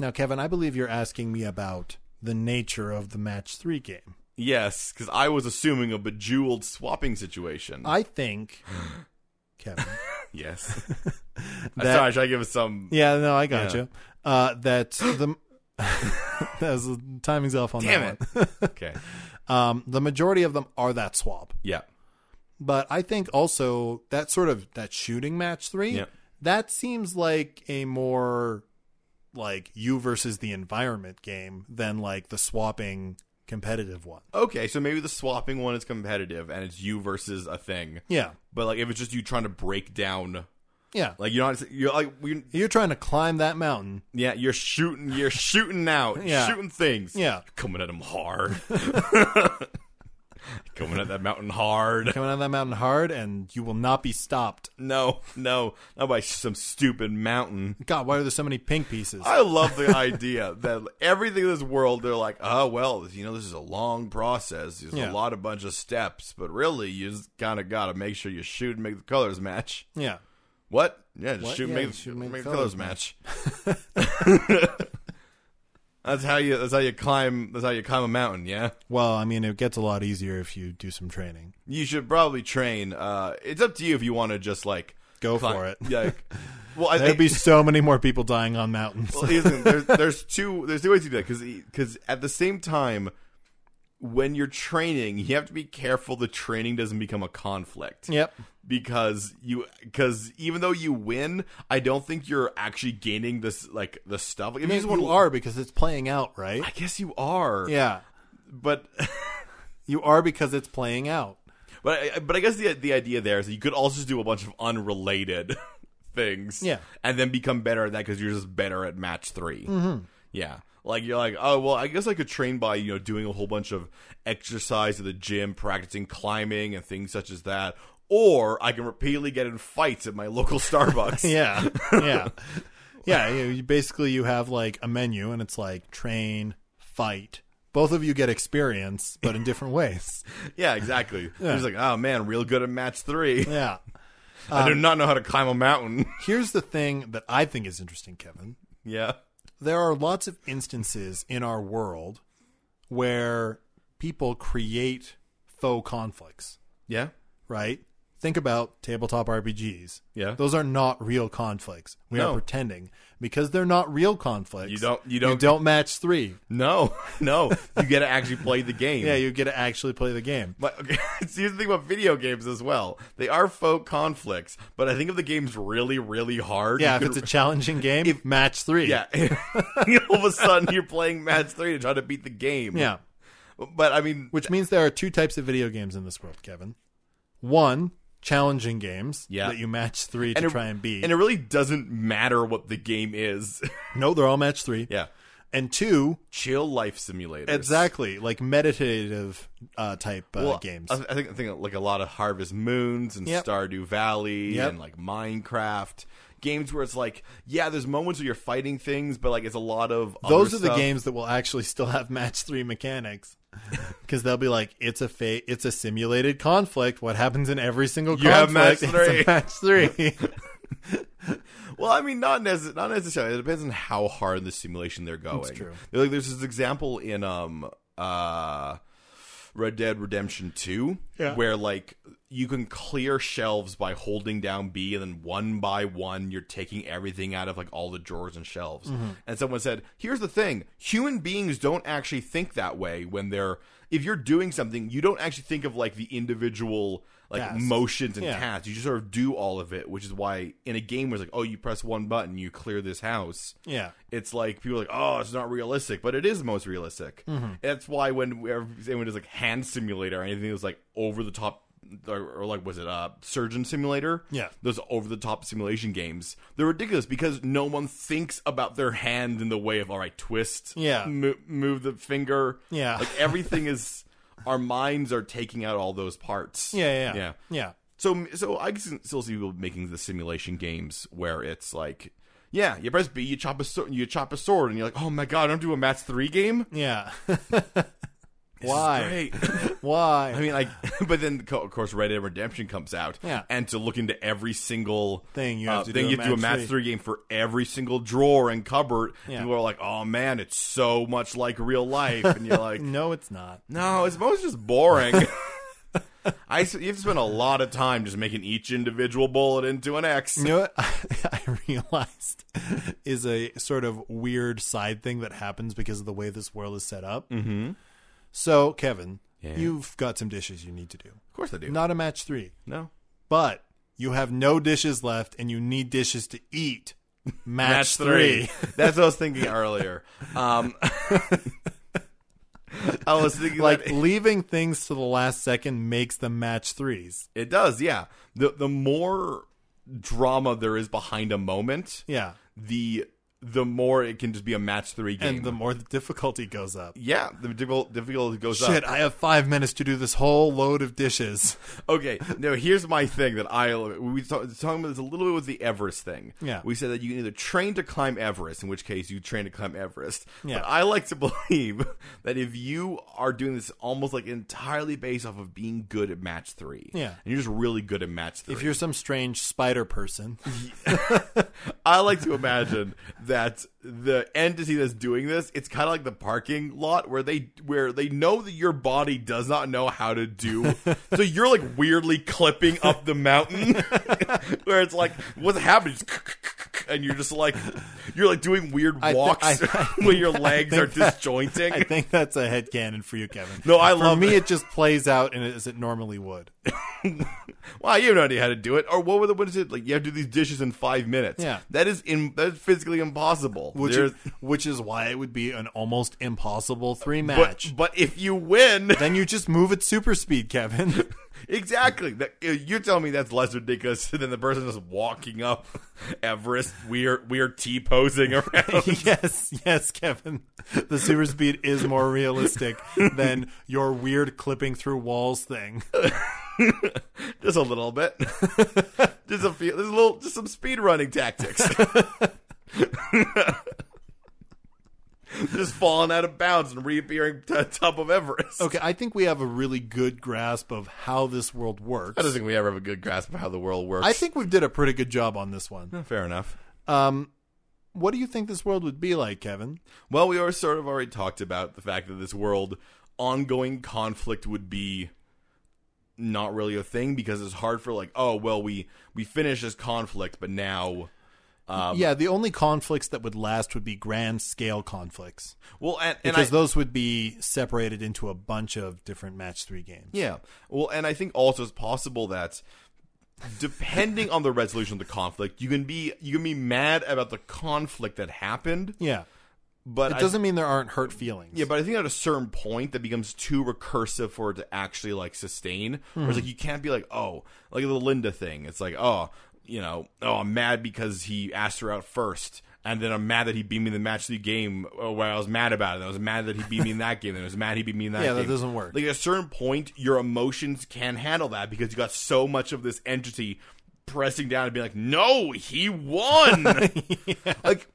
Speaker 2: Now, Kevin, I believe you're asking me about the nature of the match three game.
Speaker 1: Yes, because I was assuming a bejeweled swapping situation.
Speaker 2: I
Speaker 1: [GASPS]
Speaker 2: think,
Speaker 1: [LAUGHS]
Speaker 2: Kevin, [LAUGHS]
Speaker 1: yes. I'm
Speaker 2: that
Speaker 1: Sorry, should I give us some?
Speaker 2: yeah, no, I got
Speaker 1: Yeah.
Speaker 2: you. Uh, that the [LAUGHS] that was, the timing's off on
Speaker 1: Damn
Speaker 2: that
Speaker 1: it.
Speaker 2: [LAUGHS] one.
Speaker 1: Okay.
Speaker 2: Um, the majority of them are that swap,
Speaker 1: Yeah.
Speaker 2: but I think also that sort of that shooting match three
Speaker 1: Yeah.
Speaker 2: that seems like a more like you versus the environment game than like the swapping competitive one.
Speaker 1: Okay, so maybe the swapping one is competitive and it's you versus a thing.
Speaker 2: Yeah,
Speaker 1: But like, if it's just you trying to break down,
Speaker 2: yeah.
Speaker 1: like you're not, you're like, you're,
Speaker 2: You're trying to climb that mountain.
Speaker 1: yeah, you're shooting, you're shooting out,
Speaker 2: [LAUGHS] Yeah.
Speaker 1: shooting things.
Speaker 2: Yeah.
Speaker 1: Coming at them hard. [LAUGHS] Coming at that mountain hard.
Speaker 2: coming out of that mountain hard and you will not be stopped.
Speaker 1: No, no, not by some stupid mountain.
Speaker 2: God, why are there so many pink pieces?
Speaker 1: I love the
Speaker 2: [LAUGHS]
Speaker 1: idea that everything in this world, they're like, oh, well, you know, this is a long process. There's
Speaker 2: Yeah.
Speaker 1: a lot of bunch of steps, but really, you just kind of got to make sure you shoot and make the colors match.
Speaker 2: yeah.
Speaker 1: What? Yeah, just
Speaker 2: What?
Speaker 1: shoot, and
Speaker 2: Yeah,
Speaker 1: make,
Speaker 2: shoot and
Speaker 1: make, the colors, match.
Speaker 2: [LAUGHS]
Speaker 1: that's how you. That's how you climb. That's how you climb a mountain. Yeah.
Speaker 2: Well, I mean, it gets a lot easier if you do some training.
Speaker 1: you should probably train. Uh, it's up to you if you want to just like
Speaker 2: Go
Speaker 1: climb-
Speaker 2: for it.
Speaker 1: Like,
Speaker 2: [LAUGHS]
Speaker 1: well, I
Speaker 2: There'd
Speaker 1: think
Speaker 2: be so many more people dying on mountains. [LAUGHS]
Speaker 1: well, listen, there's, there's two there's two ways to do that because at the same time, when you're training, you have to be careful the training doesn't become a conflict.
Speaker 2: yep.
Speaker 1: Because you, because even though you win, I don't think you're actually gaining this like the stuff. Like, if
Speaker 2: I mean,
Speaker 1: just want
Speaker 2: you
Speaker 1: to-
Speaker 2: are because it's playing out, right?
Speaker 1: I guess you are.
Speaker 2: Yeah.
Speaker 1: But [LAUGHS]
Speaker 2: You are because it's playing out.
Speaker 1: But I, but I guess the the idea there is that you could also just do a bunch of unrelated [LAUGHS] things,
Speaker 2: Yeah.
Speaker 1: and then become better at that because you're just better at match 3
Speaker 2: Mm-hmm.
Speaker 1: Yeah, like you're like, oh well, I guess I could train by you know doing a whole bunch of exercise at the gym, practicing climbing and things such as that, or I can repeatedly get in fights at my local [LAUGHS] Starbucks.
Speaker 2: Yeah. [LAUGHS] Yeah. yeah. You, you basically, you have like a menu and it's like train, fight. Both of you get experience, but in different ways.
Speaker 1: yeah, exactly. He's like, oh man, real good at match three. [LAUGHS]
Speaker 2: [LAUGHS] Yeah.
Speaker 1: I do
Speaker 2: Um,
Speaker 1: not know how to climb a mountain. [LAUGHS]
Speaker 2: Here's the thing that I think is interesting, Kevin.
Speaker 1: yeah,
Speaker 2: there are lots of instances in our world where people create faux conflicts,
Speaker 1: yeah,
Speaker 2: right? Think about tabletop RPGs.
Speaker 1: Yeah.
Speaker 2: Those are not real conflicts. We
Speaker 1: No.
Speaker 2: are pretending because they're not real conflicts.
Speaker 1: You don't- you don't-
Speaker 2: match 3.
Speaker 1: no, [LAUGHS] no, you get to actually play the game.
Speaker 2: [LAUGHS] Yeah, you get to actually play the game.
Speaker 1: But okay, [LAUGHS] see, here's the thing about video games as well. They are folk conflicts, but I think if the game's really, really hard,
Speaker 2: Yeah,
Speaker 1: you
Speaker 2: if it's a challenging game, match
Speaker 1: [LAUGHS]
Speaker 2: 3.
Speaker 1: yeah, [LAUGHS] all of a sudden you're playing match three to try to beat the game.
Speaker 2: Yeah.
Speaker 1: but I mean,
Speaker 2: Which means there are two types of video games in this world, Kevin. One, challenging games
Speaker 1: Yeah.
Speaker 2: that you match 3 to
Speaker 1: it-
Speaker 2: try and beat.
Speaker 1: and it really doesn't matter what the game is. [LAUGHS]
Speaker 2: no, they're all match 3.
Speaker 1: yeah,
Speaker 2: and two,
Speaker 1: Chill life simulator.
Speaker 2: exactly like meditative uh, type uh,
Speaker 1: Well,
Speaker 2: games.
Speaker 1: I, I think I think like a lot of Harvest Moons and
Speaker 2: Yep.
Speaker 1: Stardew Valley
Speaker 2: Yep.
Speaker 1: and like Minecraft games where it's like, yeah, there's moments where you're fighting things, but like it's a lot of other
Speaker 2: Those are the
Speaker 1: stuff.
Speaker 2: games that will actually still have match
Speaker 1: [LAUGHS]
Speaker 2: three mechanics. Because they'll be like, it's a fa- it's a simulated conflict. What happens in every single
Speaker 1: You have match
Speaker 2: conflict? is a match three.
Speaker 1: [LAUGHS] Well, I mean, not nece- not necessarily. It depends on how hard the simulation they're going.
Speaker 2: true.
Speaker 1: They're like, there's this example in um uh Red Dead Redemption Two,
Speaker 2: Yeah.
Speaker 1: where like you can clear shelves by holding down B, and then one by one you're taking everything out of like all the drawers and shelves.
Speaker 2: Mm-hmm.
Speaker 1: And someone said, "Here's the thing: human beings don't actually think that way when they're." If you're doing something, you don't actually think of like the individual like
Speaker 2: Tasks.
Speaker 1: motions and
Speaker 2: Yeah.
Speaker 1: tasks paths. You just sort of do all of it, which is why in a game where it's like, oh, you press one button, you clear this house.
Speaker 2: yeah.
Speaker 1: It's like people are like, oh, it's not realistic, but it is most realistic.
Speaker 2: Mm-hmm.
Speaker 1: That's why when we- everyone does like hand simulator or anything that's like over the top. Or, or like was it uh surgeon simulator
Speaker 2: Yeah.
Speaker 1: those over the top simulation games they're ridiculous because no one thinks about their hand in the way of all right twist
Speaker 2: Yeah.
Speaker 1: mo- move the finger
Speaker 2: Yeah.
Speaker 1: like everything is our minds are taking out all those parts
Speaker 2: [LAUGHS] Yeah. Yeah.
Speaker 1: yeah
Speaker 2: Yeah. yeah.
Speaker 1: so, so I can still see people making the simulation games where it's like, yeah, you press B, you chop a sword, you chop a sword, and you're like, oh my god, I don't do a match three game.
Speaker 2: Yeah. [LAUGHS]
Speaker 1: This is
Speaker 2: Why? [LAUGHS]
Speaker 1: great.
Speaker 2: Why?
Speaker 1: I mean, like, [LAUGHS] but then co- of course, Red Dead Redemption comes out,
Speaker 2: Yeah.
Speaker 1: and to look into every single uh,
Speaker 2: Thing you have to
Speaker 1: thing
Speaker 2: do
Speaker 1: you
Speaker 2: a
Speaker 1: have to do a
Speaker 2: match
Speaker 1: match three game for every single drawer and cupboard.
Speaker 2: Yeah.
Speaker 1: People are like, oh man, it's so much like real life, and you're
Speaker 2: [LAUGHS]
Speaker 1: like,
Speaker 2: no, it's not.
Speaker 1: No, it's most just boring.
Speaker 2: [LAUGHS]
Speaker 1: I s- you have to spend a lot of time just making each individual bullet into an X.
Speaker 2: You know what [LAUGHS] I realized [LAUGHS] is a sort of weird side thing that happens because of the way this world is set up. Mm-hmm. So, Kevin, you've got some dishes you need to do.
Speaker 1: Of course I do.
Speaker 2: Not a match three,
Speaker 1: no.
Speaker 2: but you have no dishes left and you need dishes to eat. Match,
Speaker 1: Match
Speaker 2: three.
Speaker 1: three. [LAUGHS] That's what I was thinking earlier. Um, [LAUGHS] I was thinking
Speaker 2: [LAUGHS] like
Speaker 1: that-
Speaker 2: leaving things to the last second makes them match threes.
Speaker 1: it does, yeah. The the more drama there is behind a moment,
Speaker 2: Yeah.
Speaker 1: the the more it can just be a match three game.
Speaker 2: And the more the difficulty goes up.
Speaker 1: yeah, the difficult- difficulty goes up.
Speaker 2: Shit, I have five minutes to do this whole load of dishes.
Speaker 1: Okay, now here's my thing that I we talk, talking about this a little bit with the Everest thing.
Speaker 2: Yeah.
Speaker 1: we said that you can either train to climb Everest, in which case you train to climb Everest.
Speaker 2: Yeah.
Speaker 1: but I like to [LAUGHS] believe that if you are doing this almost like entirely based off of being good at match three,
Speaker 2: Yeah.
Speaker 1: and you're just really good at match three,
Speaker 2: If you're some strange spider person,
Speaker 1: I like to imagine that the entity that's doing this, it's kind of like the parking lot where they where they know that your body does not know how to
Speaker 2: [LAUGHS]
Speaker 1: do. so you're like weirdly clipping up the mountain
Speaker 2: [LAUGHS]
Speaker 1: where it's like what's happening Just and you're just like you're like doing weird
Speaker 2: thi-
Speaker 1: walks
Speaker 2: I- I
Speaker 1: [LAUGHS] where your legs are
Speaker 2: think that-
Speaker 1: disjointing.
Speaker 2: I think that's a headcanon for you, Kevin.
Speaker 1: No, I
Speaker 2: for
Speaker 1: love
Speaker 2: me,
Speaker 1: it.
Speaker 2: it just plays out in- as it
Speaker 1: [LAUGHS]
Speaker 2: normally would.
Speaker 1: Wow, you have no idea how to do it. Or what were the what is it? Like you have to do these dishes in five minutes.
Speaker 2: Yeah.
Speaker 1: That is in that is physically impossible.
Speaker 2: Which
Speaker 1: There's-
Speaker 2: is, which is why it would be an almost impossible three
Speaker 1: but,
Speaker 2: match.
Speaker 1: but if you win
Speaker 2: then you just move at super speed, Kevin.
Speaker 1: [LAUGHS] Exactly. That, you're telling me that's less ridiculous [LAUGHS] than the person just walking up Everest, weird, weird T posing around. [LAUGHS]
Speaker 2: [LAUGHS] yes, yes, Kevin. The super speed is
Speaker 1: [LAUGHS]
Speaker 2: more realistic than your weird clipping through walls thing.
Speaker 1: just a little bit. [LAUGHS] just a few, there's a little, just some speed running
Speaker 2: [LAUGHS]
Speaker 1: tactics. just falling out of bounds and reappearing to the top of Everest.
Speaker 2: Okay, I think we have a really good grasp of how this world works.
Speaker 1: I don't think we ever have a good grasp of how the world works.
Speaker 2: I think we did a pretty good job on this one.
Speaker 1: fair enough.
Speaker 2: Um, what do you think this world would be like, Kevin?
Speaker 1: Well, we are sort of already talked about the fact that this world ongoing conflict would be not really a thing because it's hard for like, oh well, we we finished this conflict, but now, Um,
Speaker 2: yeah, the only conflicts that would last would be grand scale conflicts
Speaker 1: well, and, and I,
Speaker 2: because those would be separated into a bunch of different match three games.
Speaker 1: yeah, well, and I think also it's possible that depending on the resolution of the conflict, you can be you can be mad about the conflict that happened,
Speaker 2: Yeah,
Speaker 1: but
Speaker 2: it
Speaker 1: I-
Speaker 2: doesn't mean there aren't hurt feelings.
Speaker 1: Yeah, but I think at a certain point that becomes too recursive for it to actually like sustain. Whereas
Speaker 2: Hmm.
Speaker 1: like you can't be like, oh, like the Linda thing. It's like, oh, you know, oh, I'm mad because he asked her out first, And then I'm mad that he beat me in the match of the game uh, where I was mad about it. I was mad that he beat me in
Speaker 2: [LAUGHS]
Speaker 1: that game. And I was mad he beat me in that
Speaker 2: Yeah,
Speaker 1: game.
Speaker 2: that doesn't work.
Speaker 1: Like at a certain point, your emotions can handle that because you got so much of this entity pressing down and being like, no, he won.
Speaker 2: [LAUGHS]
Speaker 1: Like,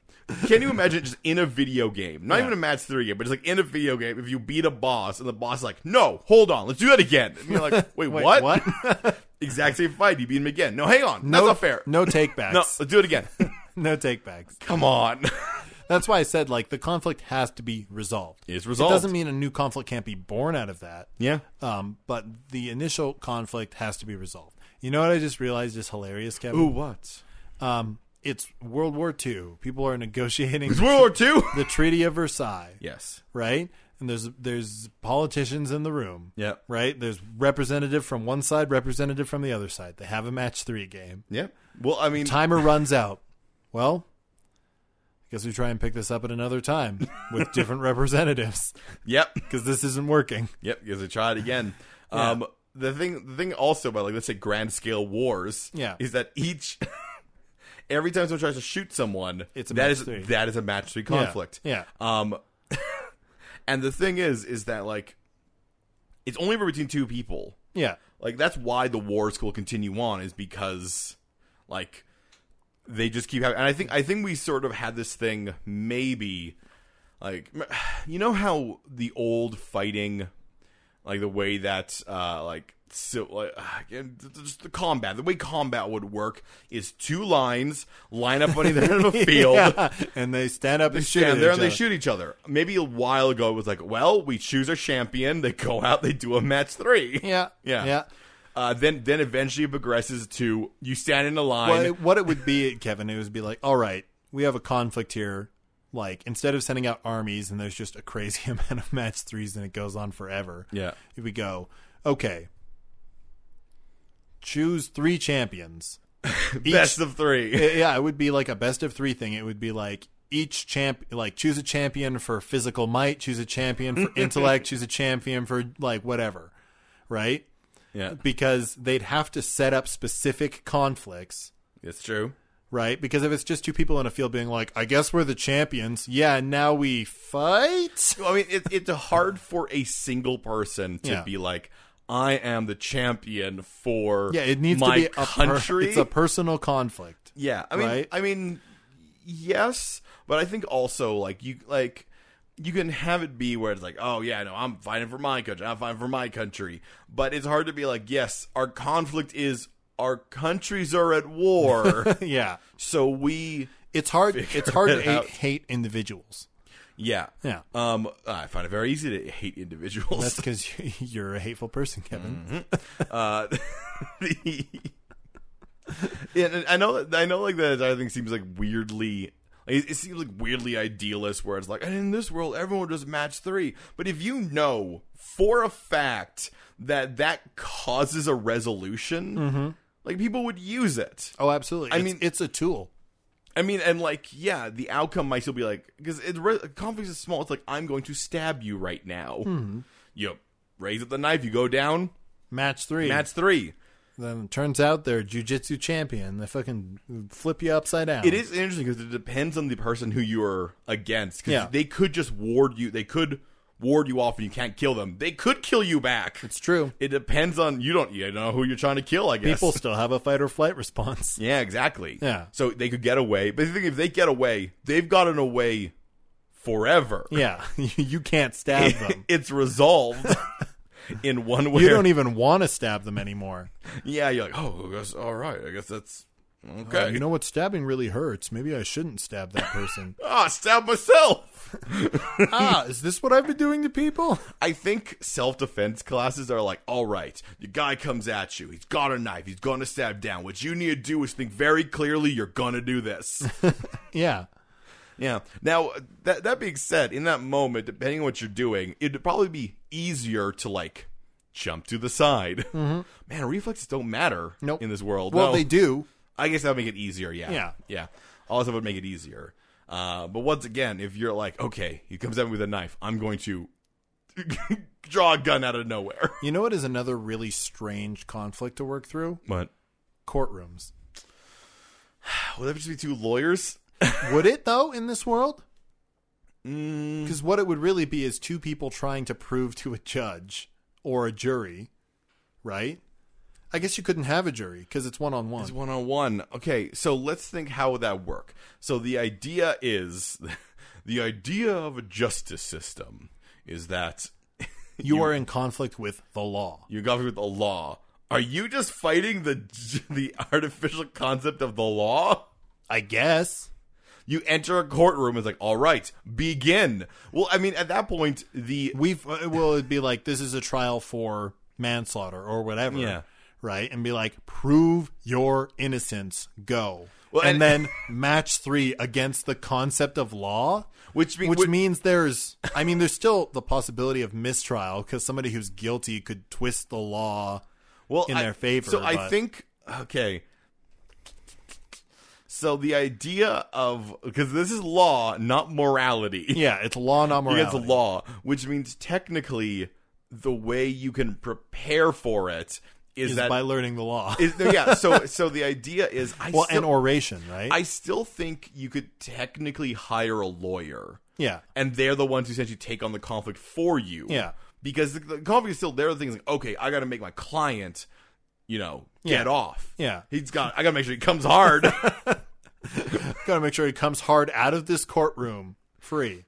Speaker 1: can you imagine just in a video game, not even a match three game, but just like in a video game, if you beat a boss and the boss is like, no, hold on, let's do that again. And you're [LAUGHS] like, wait,
Speaker 2: Wait,
Speaker 1: what?
Speaker 2: what?
Speaker 1: exact same fight. You beat him again. No, hang on.
Speaker 2: No,
Speaker 1: That's not fair.
Speaker 2: No
Speaker 1: No,
Speaker 2: takebacks.
Speaker 1: let's do it again. [LAUGHS]
Speaker 2: no takebacks.
Speaker 1: Come on.
Speaker 2: That's why I said like the conflict has to be resolved.
Speaker 1: It's
Speaker 2: It
Speaker 1: resolved.
Speaker 2: doesn't mean a new conflict can't be born out of that.
Speaker 1: [LAUGHS] yeah.
Speaker 2: Um, but the initial conflict has to be resolved. You know what I just realized is hilarious, Kevin?
Speaker 1: what?
Speaker 2: Um, it's World War II. People are negotiating
Speaker 1: It's World War Two.
Speaker 2: the Treaty of Versailles,
Speaker 1: yes.
Speaker 2: right? And there's there's politicians in the room,
Speaker 1: Yep.
Speaker 2: right? There's representative from one side, representative from the other side. They have a match three game.
Speaker 1: Yep. Well, I mean,
Speaker 2: Timer runs out. Well, I guess we try and pick this up at another time
Speaker 1: [LAUGHS]
Speaker 2: with different representatives
Speaker 1: yep.
Speaker 2: because this isn't working.
Speaker 1: Yep. Because they try it
Speaker 2: [LAUGHS]
Speaker 1: again.
Speaker 2: Yeah.
Speaker 1: Um, the thing, the thing also about like let's say grand scale wars.
Speaker 2: Yeah.
Speaker 1: Is that each. [LAUGHS] Every time someone tries to shoot someone,
Speaker 2: It's a
Speaker 1: that
Speaker 2: match
Speaker 1: is-
Speaker 2: three.
Speaker 1: that is a match three conflict.
Speaker 2: Yeah.
Speaker 1: Um, [LAUGHS] and the thing is, is that like, it's only ever between two people.
Speaker 2: Yeah.
Speaker 1: Like that's why the wars will continue on is because like they just keep having. And I think I think we sort of had this thing maybe like [SIGHS] you know how the old fighting like the way that uh like so like [SIGHS] ah, again, th- th- just the combat the way combat would work is two lines line up on either end [LAUGHS] of a field
Speaker 2: [LAUGHS] Yeah. And they stand up and shoot.
Speaker 1: stand
Speaker 2: at
Speaker 1: there
Speaker 2: each
Speaker 1: and they
Speaker 2: other.
Speaker 1: shoot each other. Maybe a while ago it was like, well, we choose our champion, they go out, they do a match three.
Speaker 2: Yeah.
Speaker 1: Yeah.
Speaker 2: Yeah.
Speaker 1: Uh, then then eventually it progresses to you stand in a line.
Speaker 2: Well, it- what it would be, [LAUGHS] Kevin, it would be like, all right, we have a conflict here. Like instead of sending out armies and there's just a crazy [LAUGHS] amount of match threes and it goes on forever.
Speaker 1: yeah.
Speaker 2: Here we go. Okay. Choose
Speaker 1: [LAUGHS]
Speaker 2: three champions. Each-
Speaker 1: Best of three.
Speaker 2: yeah, it would be like a best of three thing. It would be like each champ, like choose a champion for physical might, choose a champion
Speaker 1: [LAUGHS]
Speaker 2: for intellect, choose a champion for like whatever, right?
Speaker 1: Yeah.
Speaker 2: Because they'd have to set up specific conflicts
Speaker 1: It's true.
Speaker 2: right? Because if it's just two people in a field being like, I guess we're the champions. Yeah, now we fight.
Speaker 1: Well, I mean, it, it's hard for a single person to
Speaker 2: Yeah.
Speaker 1: be like, I am the champion for
Speaker 2: Yeah, it needs
Speaker 1: my
Speaker 2: to be a per-
Speaker 1: country.
Speaker 2: it's a personal conflict.
Speaker 1: Yeah, I mean,
Speaker 2: Right?
Speaker 1: I mean, yes, but I think also like you like you can have it be where it's like, oh yeah, no, I'm fighting for my country, I'm fighting for my country, but it's hard to be like, yes, our conflict is our countries are at [LAUGHS] war,
Speaker 2: yeah,
Speaker 1: so we,
Speaker 2: it's hard. it's hard
Speaker 1: it
Speaker 2: to
Speaker 1: out.
Speaker 2: hate, hate individuals.
Speaker 1: yeah,
Speaker 2: Yeah,
Speaker 1: Um, I find it very easy to hate individuals.
Speaker 2: that's because [LAUGHS] you're a hateful person,
Speaker 1: Mm.
Speaker 2: Kevin.
Speaker 1: [LAUGHS] Uh, the, [LAUGHS] yeah, and I know, I know, like the entire thing seems like weirdly. like, It, it seems like weirdly idealist, where it's like, and in this world, everyone does match three. But if you know for a fact that that causes a resolution,
Speaker 2: Mm-hmm.
Speaker 1: like people would use it.
Speaker 2: Oh, absolutely.
Speaker 1: I
Speaker 2: I mean,
Speaker 1: mean-
Speaker 2: it's a tool.
Speaker 1: I mean, and like, yeah, the outcome might still be like because it re- conflict is small. It's like I'm going to stab you right now.
Speaker 2: Hmm.
Speaker 1: You raise up the knife, you go down.
Speaker 2: Match three.
Speaker 1: Match three.
Speaker 2: Then it turns out they're jujitsu champion. They fucking flip you upside down.
Speaker 1: It is interesting because it depends on the person who you are against. 'cause
Speaker 2: Yeah.
Speaker 1: they could just ward you. They could ward you off, and you can't kill them. They could kill you back. [LAUGHS]
Speaker 2: It's true.
Speaker 1: It depends on you. Don't you know who you're trying to kill? I guess
Speaker 2: People still have a fight or
Speaker 1: [LAUGHS]
Speaker 2: flight response.
Speaker 1: Yeah, exactly.
Speaker 2: Yeah.
Speaker 1: So they could get away, but the thing if they get away, they've gotten away forever.
Speaker 2: Yeah, [LAUGHS] you can't
Speaker 1: [LAUGHS]
Speaker 2: stab them.
Speaker 1: it's resolved
Speaker 2: [LAUGHS]
Speaker 1: in one way.
Speaker 2: You don't e- even want to stab them anymore.
Speaker 1: yeah, you're like, oh, I guess, all right. I guess that's okay.
Speaker 2: Uh, You know what? Stabbing really hurts. Maybe I shouldn't stab that person.
Speaker 1: ah, stab myself.
Speaker 2: [LAUGHS] ah, is this what I've been doing to people?
Speaker 1: I think self defense classes are like, all right, the guy comes at you. He's got a knife. He's going to stab down. What you need to do is think very clearly you're going to do
Speaker 2: [LAUGHS]
Speaker 1: this.
Speaker 2: Yeah.
Speaker 1: yeah. Now, that, that being said, in that moment, depending on what you're doing, it'd probably be easier to like jump to the side. Man, reflexes don't matter
Speaker 2: Mm-hmm. Nope.
Speaker 1: in this world.
Speaker 2: Well,
Speaker 1: No.
Speaker 2: they do.
Speaker 1: I guess that would make it easier. Yeah.
Speaker 2: Yeah.
Speaker 1: Yeah. All this stuff would make it easier. Uh, but once again, if you're like, okay, he comes at me with a knife, I'm going to [LAUGHS] draw a gun out of nowhere. [LAUGHS]
Speaker 2: You know what is another really strange conflict to work through?
Speaker 1: But
Speaker 2: Courtrooms.
Speaker 1: would that just be two lawyers?
Speaker 2: would it though in this world?
Speaker 1: Mm,
Speaker 2: Because what it would really be is two people trying to prove to a judge or a jury, right? I guess you couldn't have a jury because it's one on
Speaker 1: It's
Speaker 2: one.
Speaker 1: one on one. Okay, so let's think how would that work. So the idea is, [LAUGHS] the idea of a justice system is that
Speaker 2: You are in conflict with the law.
Speaker 1: you're governed with the law. Are you just fighting the [LAUGHS] the artificial concept of the law?
Speaker 2: I guess.
Speaker 1: You enter a courtroom. It's like, all right, begin. Well, I mean, at that point, the
Speaker 2: we've uh, well it'd be like this is a trial for manslaughter or whatever
Speaker 1: Yeah.
Speaker 2: right and be like prove your innocence go
Speaker 1: Well,
Speaker 2: and,
Speaker 1: and-
Speaker 2: then match three against the concept of law
Speaker 1: which means
Speaker 2: which means there's i mean there's still the possibility of mistrial because somebody who's guilty could twist the law
Speaker 1: well,
Speaker 2: in
Speaker 1: I-
Speaker 2: their favor,
Speaker 1: So I
Speaker 2: but-
Speaker 1: think okay. So the idea of because this is law, not morality. [LAUGHS]
Speaker 2: yeah it's law not morality
Speaker 1: It's law, which means technically the way you can prepare for it is,
Speaker 2: is
Speaker 1: that
Speaker 2: by learning the law
Speaker 1: is- no, yeah. So so the idea is I
Speaker 2: [LAUGHS] well
Speaker 1: still,
Speaker 2: an oration right
Speaker 1: I still think you could technically hire a lawyer,
Speaker 2: yeah
Speaker 1: and they're the ones who essentially take on the conflict for you.
Speaker 2: Yeah.
Speaker 1: because the, the conflict is still there. The thing is, like, okay, I got to make my client, you know, get
Speaker 2: Yeah.
Speaker 1: off.
Speaker 2: yeah
Speaker 1: He's got. I got to make sure he comes hard. [LAUGHS]
Speaker 2: gotta make sure he comes hard out of this courtroom free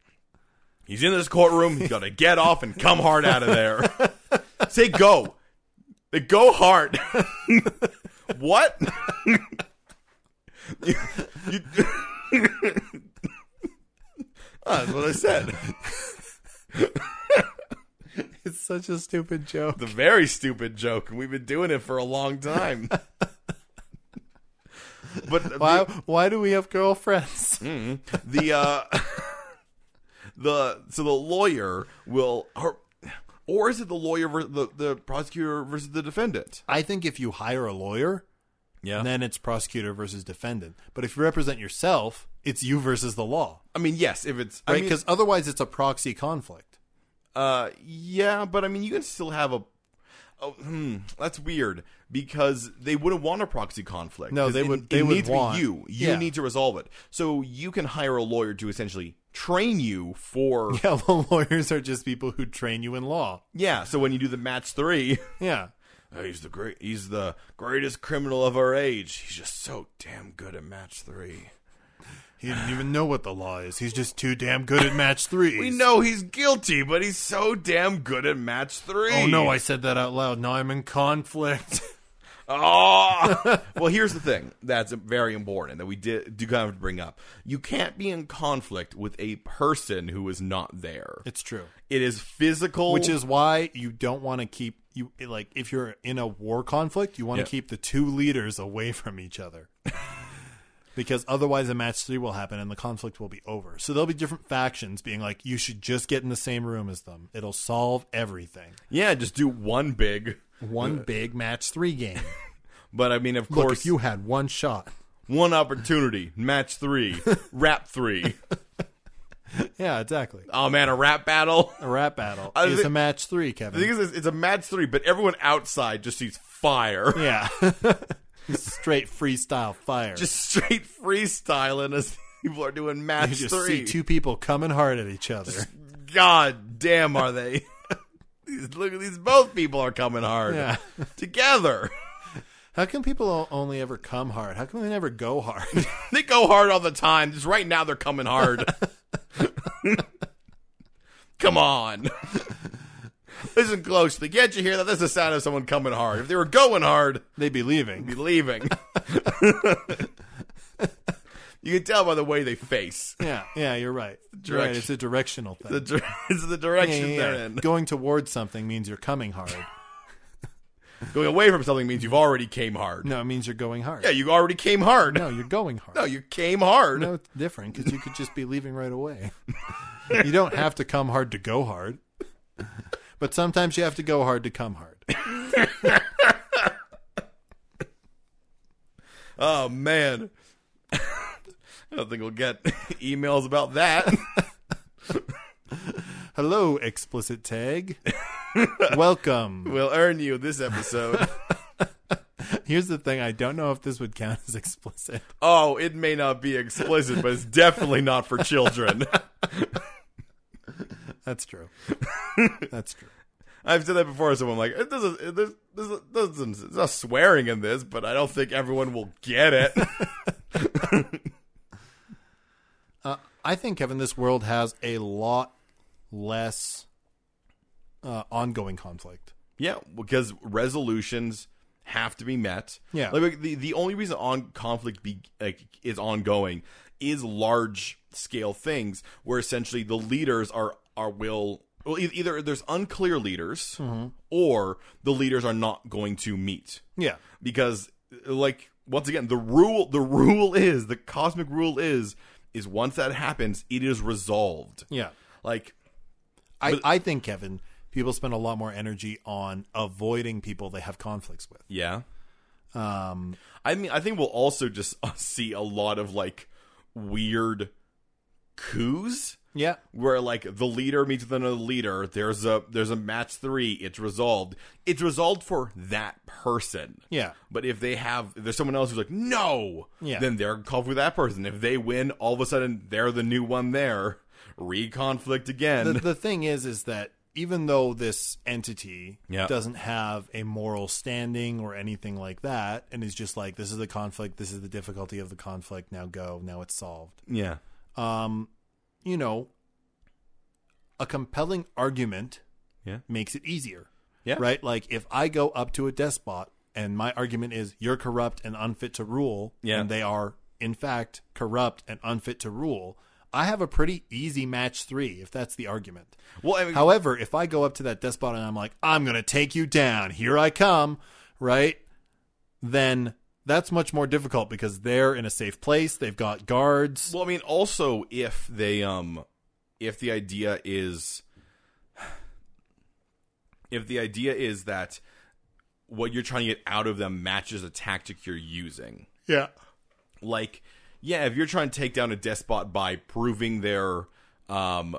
Speaker 1: He's in this courtroom. He's got to get off and come hard out of [LAUGHS] there. Say go. They go hard. [LAUGHS] what? [LAUGHS] You- you- [LAUGHS] Ah, that's what I said.
Speaker 2: it's such a stupid joke
Speaker 1: The very stupid joke, and we've been doing it for a long time. But
Speaker 2: Why? Why do we have [LAUGHS] girlfriends?
Speaker 1: the uh [LAUGHS] the so the lawyer will or, or is it the lawyer versus the, the prosecutor versus the defendant
Speaker 2: I think if you hire a lawyer,
Speaker 1: yeah
Speaker 2: then it's prosecutor versus defendant. But if you represent yourself, it's you versus the law,
Speaker 1: i mean yes if it's i
Speaker 2: right?
Speaker 1: mean
Speaker 2: Because otherwise, it's a proxy conflict. [LAUGHS]
Speaker 1: uh yeah but i mean you can still have a oh hmm, that's weird because they wouldn't want a proxy conflict
Speaker 2: No,
Speaker 1: 'Cause
Speaker 2: they
Speaker 1: it-
Speaker 2: would-
Speaker 1: it
Speaker 2: they would
Speaker 1: needs
Speaker 2: want-
Speaker 1: to be you you
Speaker 2: yeah.
Speaker 1: need to resolve it so you can hire a lawyer to essentially train you for
Speaker 2: [LAUGHS] Yeah, well, lawyers are just people who train you in law.
Speaker 1: yeah so when you do the match three [LAUGHS]
Speaker 2: Yeah,
Speaker 1: Uh, He's the great. He's the greatest criminal of our age. He's just so damn good at match three.
Speaker 2: he didn't even know what the law is. He's just too damn good at match three.
Speaker 1: We know he's guilty, but he's so damn good at match three.
Speaker 2: Oh no, I said that out loud. Now I'm in conflict. [LAUGHS] Ah!
Speaker 1: Oh. [LAUGHS] well, here's the thing that's very important that we did do kind of bring up. You can't be in conflict with a person who is not there.
Speaker 2: it's true.
Speaker 1: It is physical,
Speaker 2: Which is why you don't want to keep you like if you're in a war conflict, you want to
Speaker 1: Yeah.
Speaker 2: keep the two leaders away [LAUGHS] from each other. because otherwise a match 3 will happen and the conflict will be over. So there'll be different factions being like you should just get in the same room as them. It'll solve everything.
Speaker 1: yeah. Just do one big.
Speaker 2: One big match 3 [LAUGHS] game.
Speaker 1: But I mean, of
Speaker 2: Look,
Speaker 1: course,
Speaker 2: if you had one shot.
Speaker 1: one opportunity, match
Speaker 2: [LAUGHS]
Speaker 1: three, rap three.
Speaker 2: Yeah, exactly.
Speaker 1: Oh man, a rap battle.
Speaker 2: A rap battle
Speaker 1: I
Speaker 2: is
Speaker 1: thi-
Speaker 2: a match 3,
Speaker 1: The thing
Speaker 2: Kevin.
Speaker 1: is, it's- it's a match three, but everyone outside just sees fire.
Speaker 2: [LAUGHS] Yeah. [LAUGHS] Straight freestyle fire.
Speaker 1: [LAUGHS] Just straight freestyling as people are doing match
Speaker 2: you just
Speaker 1: three.
Speaker 2: see two people coming hard at each other.
Speaker 1: God damn, are they? [LAUGHS] these, look at these. Both people are coming hard
Speaker 2: [LAUGHS] Yeah.
Speaker 1: [LAUGHS] together. [LAUGHS]
Speaker 2: How come people o- only ever come hard? How come they never go hard? [LAUGHS]
Speaker 1: they go hard all the time. Just right now, they're coming hard. [LAUGHS] Come on. [LAUGHS] Listen closely. Can't you hear that? That's the sound of someone coming hard. If they were going hard,
Speaker 2: They'd be leaving.
Speaker 1: be leaving. [LAUGHS] you can tell by the way they face.
Speaker 2: Yeah, yeah, you're right. You're right.
Speaker 1: Direction.
Speaker 2: It's a directional thing.
Speaker 1: The dir- [LAUGHS] it's the
Speaker 2: Yeah,
Speaker 1: direction
Speaker 2: yeah, yeah.
Speaker 1: they're in.
Speaker 2: Going towards something means you're
Speaker 1: [LAUGHS]
Speaker 2: coming hard.
Speaker 1: Going away from something means you've already came hard.
Speaker 2: No, it means you're going hard.
Speaker 1: Yeah, you already came hard.
Speaker 2: No, you're going hard.
Speaker 1: No, you came hard.
Speaker 2: No, it's different because you could just be leaving right away. [LAUGHS] you don't have to come hard to go hard, but sometimes you have to go hard to come hard.
Speaker 1: Oh man. I don't think we'll get [LAUGHS] emails about that.
Speaker 2: Hello, explicit tag. Welcome.
Speaker 1: [LAUGHS] we'll earn you this episode.
Speaker 2: here's the thing. I don't know if this would count as explicit.
Speaker 1: Oh, it may not be explicit, but it's definitely not for children. [LAUGHS]
Speaker 2: That's true. That's true.
Speaker 1: I've said that before. So I'm like, it doesn't, it, there's, there's, there's, some- there's not swearing in this, but I don't think everyone will get it.
Speaker 2: Uh, I think Kevin, this world has a lot less uh, ongoing conflict.
Speaker 1: yeah, because resolutions have to be met.
Speaker 2: Yeah.
Speaker 1: like the the only reason on conflict be like is ongoing is large scale things where essentially the leaders are are will. Well, e- either there's unclear leaders, or the leaders are not going to meet.
Speaker 2: Yeah.
Speaker 1: because like once again the rule the rule is the cosmic rule is is once that happens it is resolved
Speaker 2: Yeah.
Speaker 1: like
Speaker 2: I, I think Kevin, people spend a lot more energy on avoiding people they have conflicts with.
Speaker 1: yeah
Speaker 2: Um,
Speaker 1: i mean i think we'll also just [LAUGHS] see a lot of like weird coups
Speaker 2: yeah.
Speaker 1: where like the leader meets with another leader there's a there's a match 3 it's resolved it's resolved for that person
Speaker 2: Yeah.
Speaker 1: But if they have, if there's someone else who's like, no,
Speaker 2: Yeah.
Speaker 1: then they're called for that person. If they win, all of a sudden they're the new one there. Reconflict again.
Speaker 2: The, the thing is, is that even though this entity
Speaker 1: Yeah.
Speaker 2: doesn't have a moral standing or anything like that, and is just like, this is the conflict, this is the difficulty of the conflict, now go, now it's solved.
Speaker 1: [LAUGHS] yeah.
Speaker 2: Um, you know, a compelling argument
Speaker 1: Yeah.
Speaker 2: makes it easier.
Speaker 1: Yeah.
Speaker 2: Right? Like if I go up to a despot and my argument is you're corrupt and unfit to rule,
Speaker 1: Yeah.
Speaker 2: and they are in fact corrupt and unfit to rule, I have a pretty easy match three if that's the argument.
Speaker 1: Well, I mean,
Speaker 2: However, if I go up to that despot and I'm like, I'm going to take you down, here I come, right? Then that's much more difficult because they're in a safe place. They've got guards.
Speaker 1: well, I mean, also if they, um, if the idea is, if the idea is that what you're trying to get out of them matches a tactic you're using,
Speaker 2: Yeah.
Speaker 1: like yeah if you're trying to take down a despot by proving they're um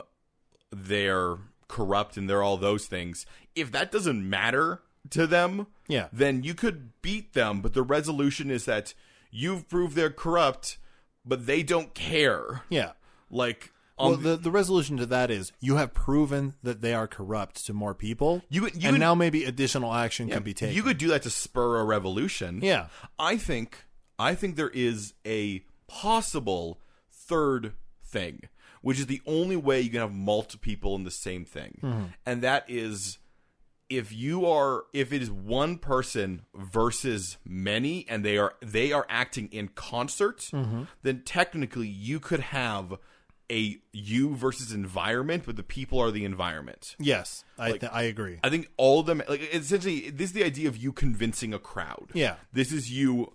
Speaker 1: they're corrupt and they're all those things if that doesn't matter to them
Speaker 2: Yeah.
Speaker 1: then you could beat them but the resolution is that you've proved they're corrupt but they don't care
Speaker 2: Yeah.
Speaker 1: like um, on
Speaker 2: Well, the, the resolution to that is you have proven that they are corrupt to more people.
Speaker 1: You would- you
Speaker 2: and
Speaker 1: would-
Speaker 2: now maybe additional action can be taken.
Speaker 1: you could do that to spur a revolution
Speaker 2: yeah.
Speaker 1: I think I think there is a possible third thing, which is the only way you can have multiple people in the same thing.
Speaker 2: Hmm.
Speaker 1: And that is if you are if it is one person versus many and they are they are acting in concert,
Speaker 2: Mm-hmm.
Speaker 1: then technically you could have a you versus environment, but the people are the environment.
Speaker 2: Yes. I th- I agree.
Speaker 1: I think all of them like essentially this is the idea of you convincing a crowd.
Speaker 2: Yeah.
Speaker 1: This is you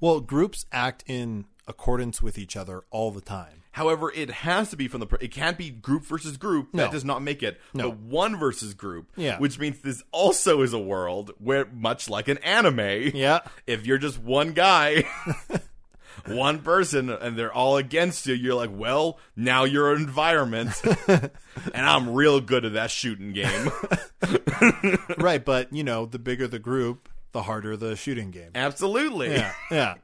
Speaker 2: Well, groups act in accordance with each other all the time.
Speaker 1: However, it has to be from the. per- It can't be group versus group.
Speaker 2: No.
Speaker 1: That does not make it.
Speaker 2: No.
Speaker 1: But one versus group.
Speaker 2: Yeah.
Speaker 1: Which means this also is a world where, much like an anime,
Speaker 2: Yeah.
Speaker 1: if you're just one guy, [LAUGHS] one person, and they're all against you, you're like, well, now you're an
Speaker 2: [LAUGHS]
Speaker 1: environment, and I'm real good at that shooting game.
Speaker 2: [LAUGHS] right, but you know, the bigger the group, the harder the shooting game.
Speaker 1: Absolutely.
Speaker 2: Yeah. Yeah.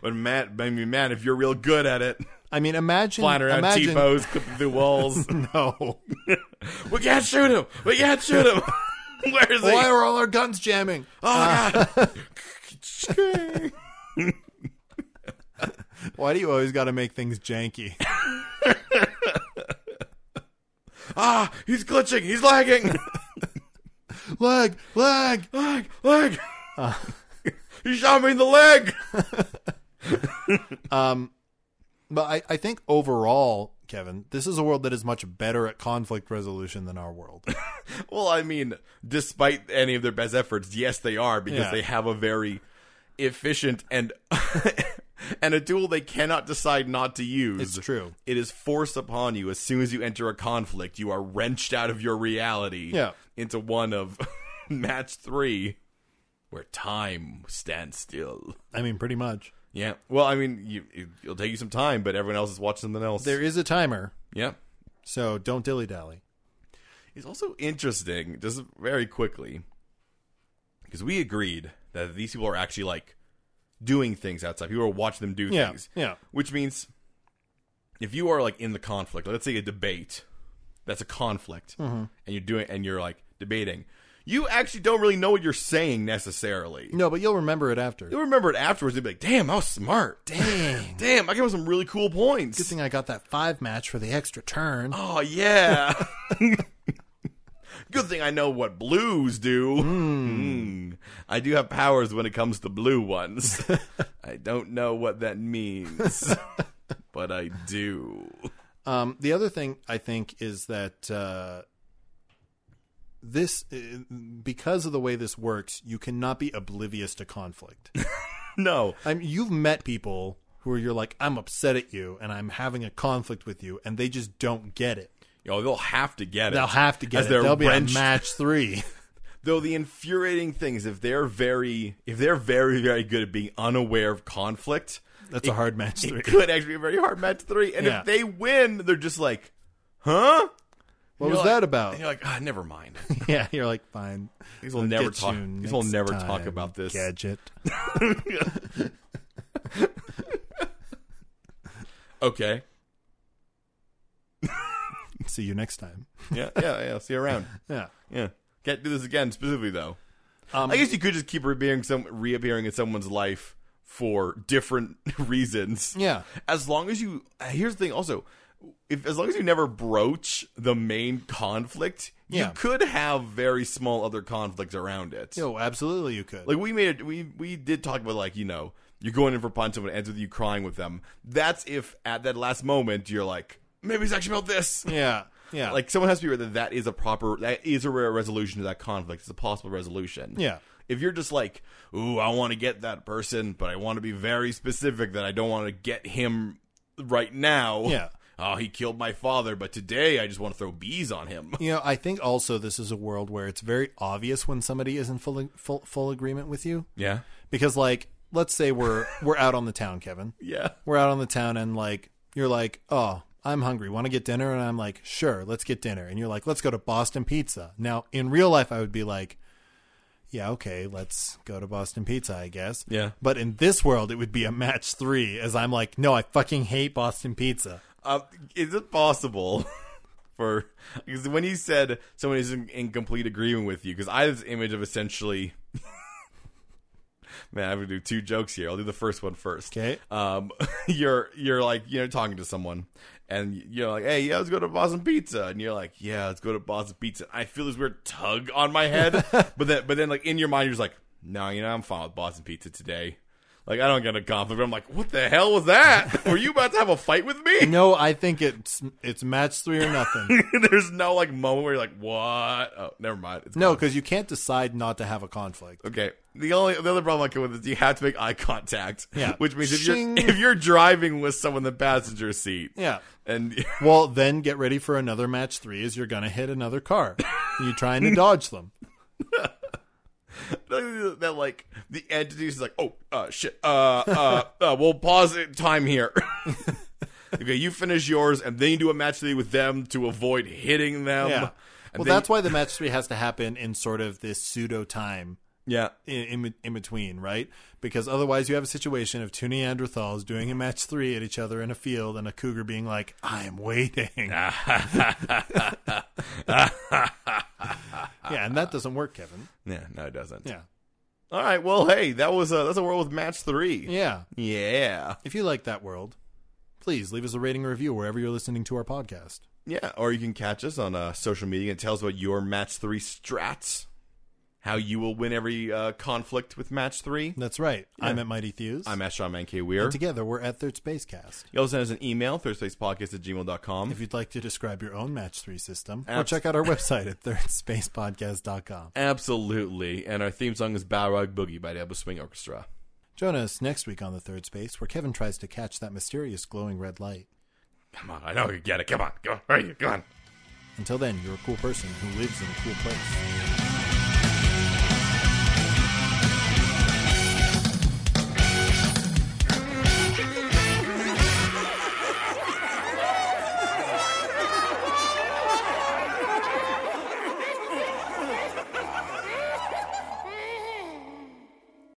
Speaker 1: But man, I mean, man, if you're real good at it,
Speaker 2: I mean, imagine
Speaker 1: flying around
Speaker 2: imagine
Speaker 1: T-pose, clipping through walls.
Speaker 2: [LAUGHS] no.
Speaker 1: [LAUGHS] we can't shoot him. We can't shoot him. [LAUGHS] Where is he?
Speaker 2: Why are all our guns jamming? Ah,
Speaker 1: Oh my god.
Speaker 2: Why do you always got to make things janky?
Speaker 1: [LAUGHS]
Speaker 2: [LAUGHS]
Speaker 1: ah, he's glitching. He's lagging.
Speaker 2: leg, leg.
Speaker 1: leg, leg. he shot me in the leg.
Speaker 2: But I, I think overall, Kevin, this is a world that is much better at conflict resolution than our world.
Speaker 1: Well, I mean, despite any of their best efforts, yes, they are because
Speaker 2: Yeah.
Speaker 1: they have a very efficient and [LAUGHS] and a tool they cannot decide not to use.
Speaker 2: [LAUGHS] It's true.
Speaker 1: It is forced upon you as soon as you enter a conflict. You are wrenched out of your reality
Speaker 2: Yeah.
Speaker 1: into one of [LAUGHS] match three, where time stands still.
Speaker 2: I mean, pretty much.
Speaker 1: Yeah. Well, I mean, you, it- it'll take you some time, but everyone else is watching something else.
Speaker 2: There is a timer,
Speaker 1: yeah.
Speaker 2: so don't dilly dally.
Speaker 1: It's also interesting, just very quickly, because we agreed that these people are actually like doing things outside. People are watching them do
Speaker 2: Yeah,
Speaker 1: things.
Speaker 2: yeah.
Speaker 1: Which means if you are like in the conflict, let's say a debate, that's a conflict,
Speaker 2: Mm-hmm.
Speaker 1: and you're doing and you're like debating, you actually don't really know what you're saying necessarily.
Speaker 2: No, but you'll remember it after.
Speaker 1: You'll remember it afterwards. You'll be like, "Damn, I was smart.
Speaker 2: Dang.
Speaker 1: Damn, I gave him some really cool points." [LAUGHS]
Speaker 2: Good thing I got that five match for the extra turn.
Speaker 1: Oh yeah.
Speaker 2: [LAUGHS]
Speaker 1: Good thing I know what blues do. Mm. I do have powers when it comes to blue
Speaker 2: [LAUGHS]
Speaker 1: ones. I don't know what that means, but I do.
Speaker 2: Um, the other thing I think is that uh, this, uh, because of the way this works, you cannot be oblivious to conflict.
Speaker 1: No,
Speaker 2: I mean, you've met people who are you're like, I'm upset at you, and I'm having a conflict with you, and they just don't get it.
Speaker 1: you know, they'll have to get it.
Speaker 2: They'll have to get
Speaker 1: As
Speaker 2: it.
Speaker 1: they're
Speaker 2: They'll be on
Speaker 1: wrenched.
Speaker 2: match
Speaker 1: [LAUGHS]
Speaker 2: three.
Speaker 1: Though the infuriating thing is, if they're very, if they're very, very good at being unaware of conflict,
Speaker 2: That's a hard match three.
Speaker 1: it could actually be a very hard match three. And
Speaker 2: Yeah.
Speaker 1: if they win, they're just like, "Huh?
Speaker 2: What was that about? [LAUGHS]
Speaker 1: And [LAUGHS] you're like, "Ah, never mind."
Speaker 2: yeah, you're like, fine.
Speaker 1: These will
Speaker 2: I'll
Speaker 1: never
Speaker 2: get
Speaker 1: talk.
Speaker 2: you
Speaker 1: These will
Speaker 2: next
Speaker 1: never
Speaker 2: time,
Speaker 1: talk about this.
Speaker 2: gadget. [LAUGHS]
Speaker 1: Okay.
Speaker 2: See you next time.
Speaker 1: Yeah, yeah, yeah. See you around.
Speaker 2: Yeah.
Speaker 1: Yeah. Can't do this again specifically though.
Speaker 2: Um,
Speaker 1: I guess you could just keep reappearing some reappearing in someone's life for different [LAUGHS] reasons.
Speaker 2: Yeah.
Speaker 1: As long as you here's the thing also, if as long as you never broach the main conflict,
Speaker 2: Yeah.
Speaker 1: you could have very small other conflicts around it.
Speaker 2: Yo, absolutely, you could.
Speaker 1: Like we made it, we we did talk about like you know you're going in for a punch, someone ends with you crying with them. That's if at that last moment you're like maybe it's actually about this.
Speaker 2: yeah.
Speaker 1: [LAUGHS]
Speaker 2: Yeah.
Speaker 1: Like someone has to be aware that that is a proper, that is a rare resolution to that conflict. It's a possible resolution.
Speaker 2: Yeah.
Speaker 1: If you're just like, ooh, I want to get that person, but I want to be very specific that I don't want to get him right now.
Speaker 2: Yeah.
Speaker 1: [LAUGHS] Oh, he killed my father, but today I just want to throw bees on him. [LAUGHS]
Speaker 2: You know, I think also this is a world where it's very obvious when somebody is in full full, full agreement with you
Speaker 1: Yeah.
Speaker 2: because, like, let's say we're we're out on the town, Kevin.
Speaker 1: Yeah.
Speaker 2: We're out on the town, and like you're like, oh, I'm hungry. Want to get dinner? And I'm like, sure, let's get dinner. And you're like, let's go to Boston Pizza. Now, in real life, I would be like. Yeah, okay, let's go to Boston Pizza, I guess.
Speaker 1: Yeah.
Speaker 2: But in this world, it would be a match three, as I'm like, no, I fucking hate Boston Pizza.
Speaker 1: Uh, is it possible [LAUGHS] for because when you said someone is in, in complete agreement with you? Because I have this image of essentially. [LAUGHS] Man, I'm gonna do two jokes here. I'll do the first one first.
Speaker 2: Okay.
Speaker 1: Um, [LAUGHS] you're you're like you know talking to someone, and you're like, hey, yeah, let's go to Boston Pizza, and you're like, yeah, let's go to Boston Pizza. I feel this weird tug on my
Speaker 2: [LAUGHS]
Speaker 1: head, but then but then like in your mind, you're just like, no, you know, I'm fine with Boston Pizza today. Like I don't get a conflict. But I'm like, what the hell was
Speaker 2: [LAUGHS]
Speaker 1: that? Were you about to have a fight with me?
Speaker 2: No, I think it's it's match three or nothing.
Speaker 1: [LAUGHS] There's no like moment where you're like, what? Oh, never mind. It's
Speaker 2: No, because you can't decide not to have a conflict.
Speaker 1: gone. Okay. The only the other problem I come with is you have to make eye contact.
Speaker 2: Yeah.
Speaker 1: Which means if
Speaker 2: Shing.
Speaker 1: you're if you're driving with someone in the passenger seat.
Speaker 2: Yeah.
Speaker 1: And
Speaker 2: Well, then get ready for another match three as you're gonna hit another car. And you're trying to dodge them.
Speaker 1: that like the entity is like, oh uh, shit. Uh, uh, [LAUGHS] uh we'll pause it time here. [LAUGHS] okay, you finish yours and then you do a match three with them to avoid hitting them. Um,
Speaker 2: Yeah.
Speaker 1: And
Speaker 2: Well,
Speaker 1: then-
Speaker 2: that's why the match three has to happen in sort of this pseudo time
Speaker 1: yeah.
Speaker 2: in, in, in between, right? Because otherwise, you have a situation of two Neanderthals doing a match three at each other in a field, and a cougar being like,
Speaker 1: [LAUGHS]
Speaker 2: "I'm waiting." yeah, and that doesn't work, Kevin.
Speaker 1: [LAUGHS] Yeah, no it doesn't. [LAUGHS]
Speaker 2: Yeah,
Speaker 1: All right, well hey, that was uh that's a world with match three.
Speaker 2: yeah.
Speaker 1: yeah.
Speaker 2: If you like that world, please leave us a rating or review wherever you're listening to our podcast.
Speaker 1: Yeah, or you can catch us on uh, social media and tell us about your match three strats, how you will win every uh, conflict with match three.
Speaker 2: That's right. I'm at Mighty Thews.
Speaker 1: I'm at Sean Man K. Weir.
Speaker 2: Together, we're at Third Spacecast.
Speaker 1: You also send us an email, thirdspacepodcast at gmail.com.
Speaker 2: If you'd like to describe your own Match 3 system, or
Speaker 1: Um. Abs-
Speaker 2: check out our website at thirdspacepodcast.com.
Speaker 1: Absolutely. And our theme song is Balrog Boogie by the Elbow Swing Orchestra.
Speaker 2: Join us next week on The Third Space, where Kevin tries to catch that mysterious glowing red light.
Speaker 1: Come on, I know you get it. Come on, come on, hurry, come on.
Speaker 2: Until then, you're a cool person who lives in a cool place.